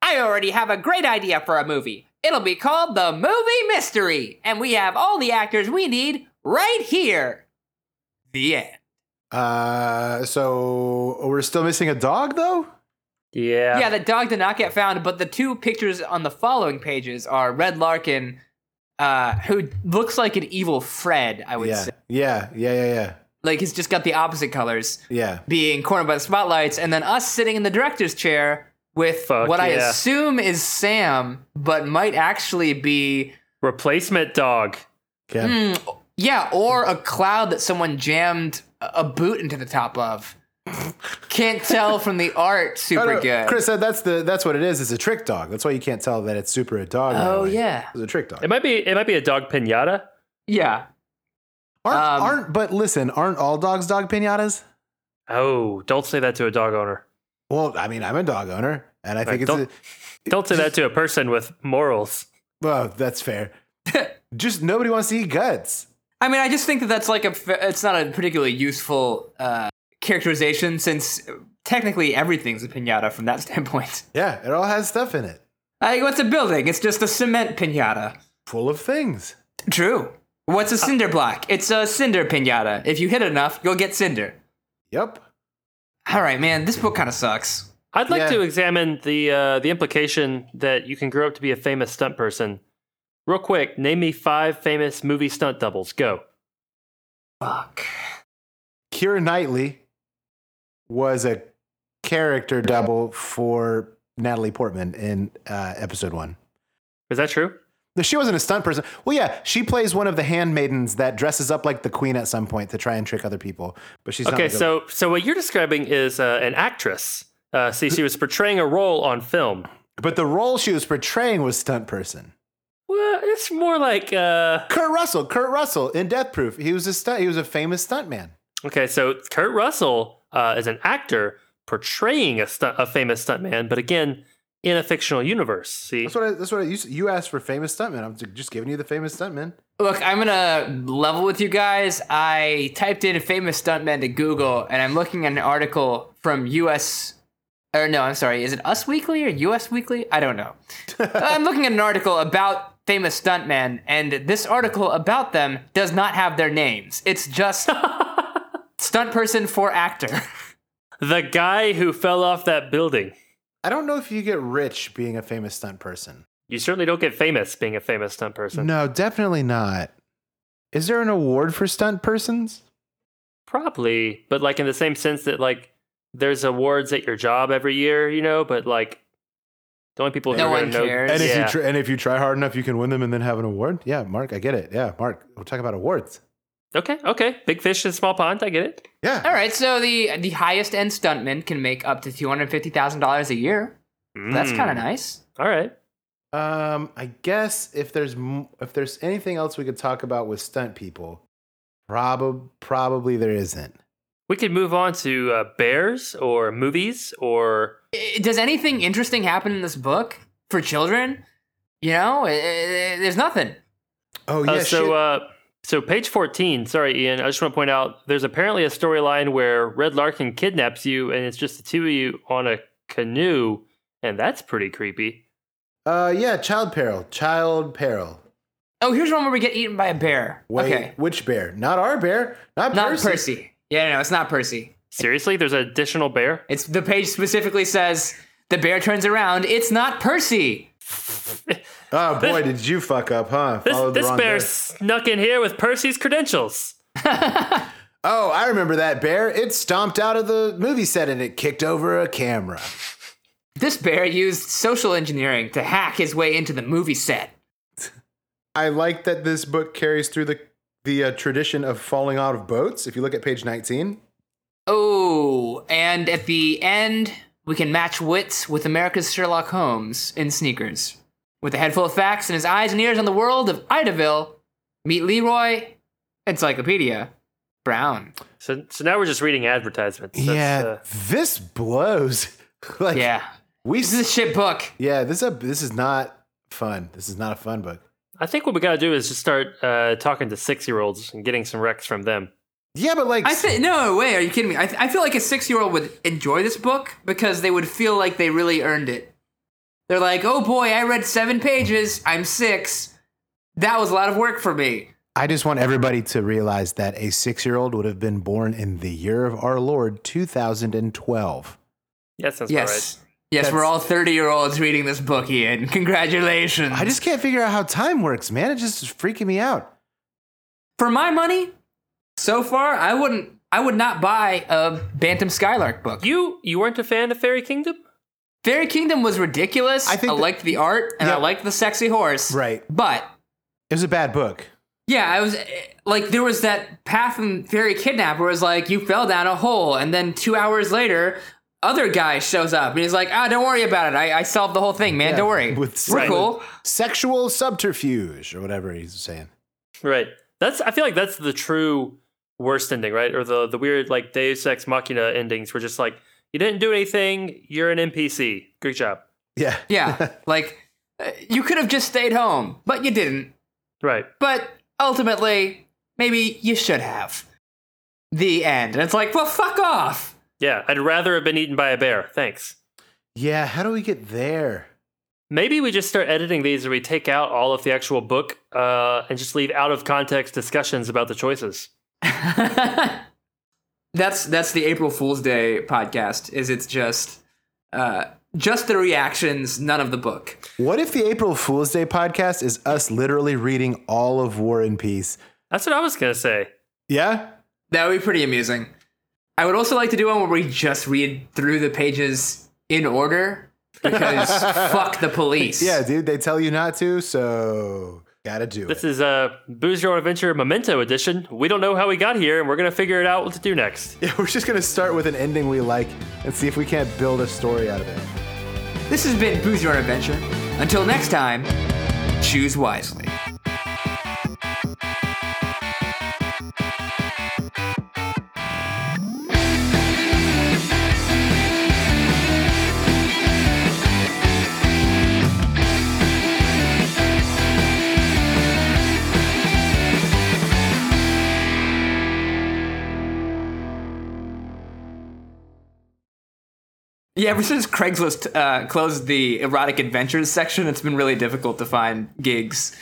Speaker 4: I already have a great idea for a movie. It'll be called The Movie Mystery, and we have all the actors we need right here. The end.
Speaker 1: uh, so we're still missing a dog, though.
Speaker 2: yeah.
Speaker 4: Yeah, the dog did not get found, but the two pictures on the following pages are Red Larkin, uh, who looks like an evil Fred, I would
Speaker 1: Yeah,
Speaker 4: say.
Speaker 1: yeah, yeah, yeah, yeah,
Speaker 4: Like, he's just got the opposite colors.
Speaker 1: yeah.
Speaker 4: being cornered by the spotlights, and then us sitting in the director's chair with
Speaker 2: Fuck
Speaker 4: what I
Speaker 2: yeah.
Speaker 4: assume is Sam, but might actually be
Speaker 2: Replacement dog.
Speaker 1: Okay.
Speaker 4: Hmm. yeah, or a cloud that someone jammed a a boot into the top of. Can't tell from the art
Speaker 1: I
Speaker 4: super
Speaker 1: don't-
Speaker 4: good.
Speaker 1: Chris said that's the that's what it is. It's a trick dog. That's why you can't tell that it's super a dog. right
Speaker 4: Oh,
Speaker 1: away.
Speaker 4: yeah.
Speaker 1: it's a trick dog.
Speaker 2: It might be it might be a dog pinata.
Speaker 4: yeah.
Speaker 1: Aren't,
Speaker 4: um,
Speaker 1: aren't but listen, aren't all dogs dog pinatas?
Speaker 2: Oh, don't say that to a dog owner.
Speaker 1: Well, I mean, I'm a dog owner, and I think
Speaker 2: Right,
Speaker 1: it's a,
Speaker 2: don't- Don't say that to a person with morals.
Speaker 1: well, that's fair. Just nobody wants to eat guts.
Speaker 4: I mean, I just think that that's like a. fa- It's not a particularly useful uh, characterization since technically everything's a pinata from that standpoint.
Speaker 1: Yeah, it all has stuff in it,
Speaker 4: Like, what's a building? It's just a cement pinata.
Speaker 1: full of things.
Speaker 4: True. What's a cinder block? It's a cinder pinata. If you hit enough, you'll get cinder.
Speaker 1: Yep.
Speaker 4: All right, man. This book kind of sucks.
Speaker 2: I'd like
Speaker 1: Yeah.
Speaker 2: to examine the uh, the implication that you can grow up to be a famous stunt person. Real quick, name me five famous movie stunt doubles. Go.
Speaker 4: Fuck.
Speaker 1: Keira Knightley was a character double for Natalie Portman in uh, episode one.
Speaker 2: Is that true?
Speaker 1: No, She wasn't a stunt person. Well, yeah, she plays one of the handmaidens that dresses up like the queen at some point to try and trick other people. But she's
Speaker 2: Okay,
Speaker 1: Not like a-
Speaker 2: so so what you're describing is uh, an actress. Uh, see, she was portraying a role on film.
Speaker 1: but the role she was portraying was stunt person.
Speaker 2: Well, it's more like uh,
Speaker 1: Kurt Russell. Kurt Russell in Death Proof. He was a stunt. He was a famous stuntman.
Speaker 2: okay. So Kurt Russell uh, is an actor portraying a, stunt, a famous stuntman, but again, in a fictional universe. See,
Speaker 1: That's what. I, that's what I, you, you asked for. Famous stuntman. I'm just giving you the famous stuntman.
Speaker 4: Look, I'm gonna level with you guys. I typed in famous stuntman to Google, and I'm looking at an article from U.S. Or no, I'm sorry. Is it Us Weekly or U.S. Weekly? I don't know. I'm looking at an article about famous stuntmen, and this article about them does not have their names. It's just stunt person for actor.
Speaker 2: the guy who fell off that building.
Speaker 1: I don't know if you get rich being a famous stunt person.
Speaker 2: You certainly don't get famous being a famous stunt person.
Speaker 1: No, definitely not. Is there an award for stunt persons?
Speaker 2: Probably, but like in the same sense that like there's awards at your job every year, you know, but like the only people who
Speaker 4: No
Speaker 2: are gonna
Speaker 4: one
Speaker 2: know-
Speaker 4: cares.
Speaker 1: And if
Speaker 2: Yeah.
Speaker 1: you tr- and if you try hard enough, you can win them and then have an award. Yeah, Mark, I get it. Yeah, Mark, we'll talk about awards.
Speaker 2: Okay, okay. Big fish in small pond, I get it.
Speaker 1: Yeah,
Speaker 4: All right, so the the highest end stuntman can make up to two hundred fifty thousand dollars a year. That's
Speaker 1: Hmm.
Speaker 2: Mm.
Speaker 4: kind of nice.
Speaker 2: All right.
Speaker 1: Um, I guess if there's m- if there's anything else we could talk about with stunt people, probably probably there isn't.
Speaker 2: We could move on to uh, bears or movies or
Speaker 4: I- Does anything interesting happen in this book for children? You know, I- I- I- there's nothing.
Speaker 1: Oh
Speaker 2: Uh, so uh, so page 14 sorry ian i just want to point out there's apparently a storyline where red larkin kidnaps you and it's just the two of you on a canoe and that's pretty creepy
Speaker 1: uh, yeah, child peril, child peril.
Speaker 4: Oh, here's one where we get eaten by a bear.
Speaker 1: Wait,
Speaker 4: okay,
Speaker 1: which bear? Not our bear. Not,
Speaker 4: not
Speaker 1: Percy.
Speaker 4: Percy. Yeah, no, it's not Percy.
Speaker 2: seriously there's an additional bear
Speaker 4: It's the page specifically says the bear turns around. It's not Percy.
Speaker 1: Oh boy, did you fuck up, huh?
Speaker 2: this,
Speaker 1: Followed Oh, the
Speaker 2: this
Speaker 1: wrong
Speaker 2: bear, snuck in here with percy's credentials
Speaker 1: Oh, I remember that bear. It stomped out of the movie set and it kicked over a camera.
Speaker 4: This bear used social engineering to hack his way into the movie set.
Speaker 1: I like that this book carries through the the uh, tradition of falling out of boats. If you look at page 19,
Speaker 4: Oh, and at the end, we can match wits with America's Sherlock Holmes in sneakers. With a head full of facts and his eyes and ears on the world of Idaville, meet Leroy, Encyclopedia, Brown.
Speaker 2: so, so now we're just reading advertisements That's, uh,
Speaker 1: this blows. like
Speaker 4: Yeah.
Speaker 1: we
Speaker 4: This is a shit book.
Speaker 1: Yeah, this is a, this is not fun. This is not a fun book.
Speaker 2: i think what we gotta do is just start uh, talking to six year olds and getting some recs from them
Speaker 1: Yeah, but like
Speaker 4: I think no way. Are you kidding me? I, th- I feel like a six-year-old would enjoy this book because they would feel like they really earned it. They're like, "Oh boy, I read seven pages. I'm six. That was a lot of work for me."
Speaker 1: I just want everybody to realize that a 6-year-old would have been born in the year of our Lord 2012.
Speaker 2: yeah sounds about right
Speaker 4: Yes, yes, we're
Speaker 1: That's-
Speaker 4: all thirty-year-olds reading this book, Ian. Congratulations.
Speaker 1: I just can't figure out how time works, man. It just is freaking me out.
Speaker 4: for my money, so far, I wouldn't. I would not buy a Bantam Skylark book.
Speaker 2: you you weren't a fan of fairy kingdom
Speaker 4: Fairy Kingdom was ridiculous.
Speaker 1: I
Speaker 4: I,
Speaker 1: think that-
Speaker 4: liked the art and
Speaker 1: Yeah.
Speaker 4: I liked the sexy horse.
Speaker 1: Right.
Speaker 4: But
Speaker 1: It was a bad book.
Speaker 4: Yeah, I was eh, like, there was that path and fairy kidnap where it was like, you fell down a hole, and then two hours later, other guy shows up and he's like, ah, don't worry about it. I, I solved the whole thing, man. don't worry.
Speaker 1: With,
Speaker 4: We're
Speaker 2: Right.
Speaker 4: cool.
Speaker 1: Sexual subterfuge or whatever he's saying.
Speaker 2: Right. That's I feel like that's the true worst ending, right? Or the the weird like Deus Ex Machina endings were just like you didn't do anything, you're an NPC. Good job.
Speaker 1: Yeah.
Speaker 4: Yeah, like uh, you could have just stayed home, but you didn't.
Speaker 2: Right.
Speaker 4: But ultimately, maybe you should have. The end. And it's like, well, fuck off.
Speaker 2: Yeah, I'd rather have been eaten by a bear. Thanks.
Speaker 1: Yeah. How do we get there?
Speaker 2: Maybe we just start editing these and we take out all of the actual book uh, and just leave out of context discussions about the choices.
Speaker 4: That's that's the April Fool's Day podcast. Is it's just uh, just the reactions, none of the book.
Speaker 1: What if the April Fool's Day podcast is us literally reading all of War and Peace?
Speaker 2: That's what I was gonna say.
Speaker 1: Yeah.
Speaker 4: That would be pretty amusing. I would also like to do one where we just read through the pages in order because fuck the police.
Speaker 1: Yeah, dude. They tell you not to, so gotta do
Speaker 2: This
Speaker 1: it.
Speaker 2: is uh, Booze Your Own Adventure Memento Edition. We don't know how we got here, and we're gonna figure it out what to do next.
Speaker 1: Yeah, we're just gonna start with an ending we like and see if we can't build a story out of it.
Speaker 4: This has been Booze Your Own Adventure. Until next time, choose wisely. Yeah, ever since Craigslist uh, closed the erotic adventures section, it's been really difficult to find gigs.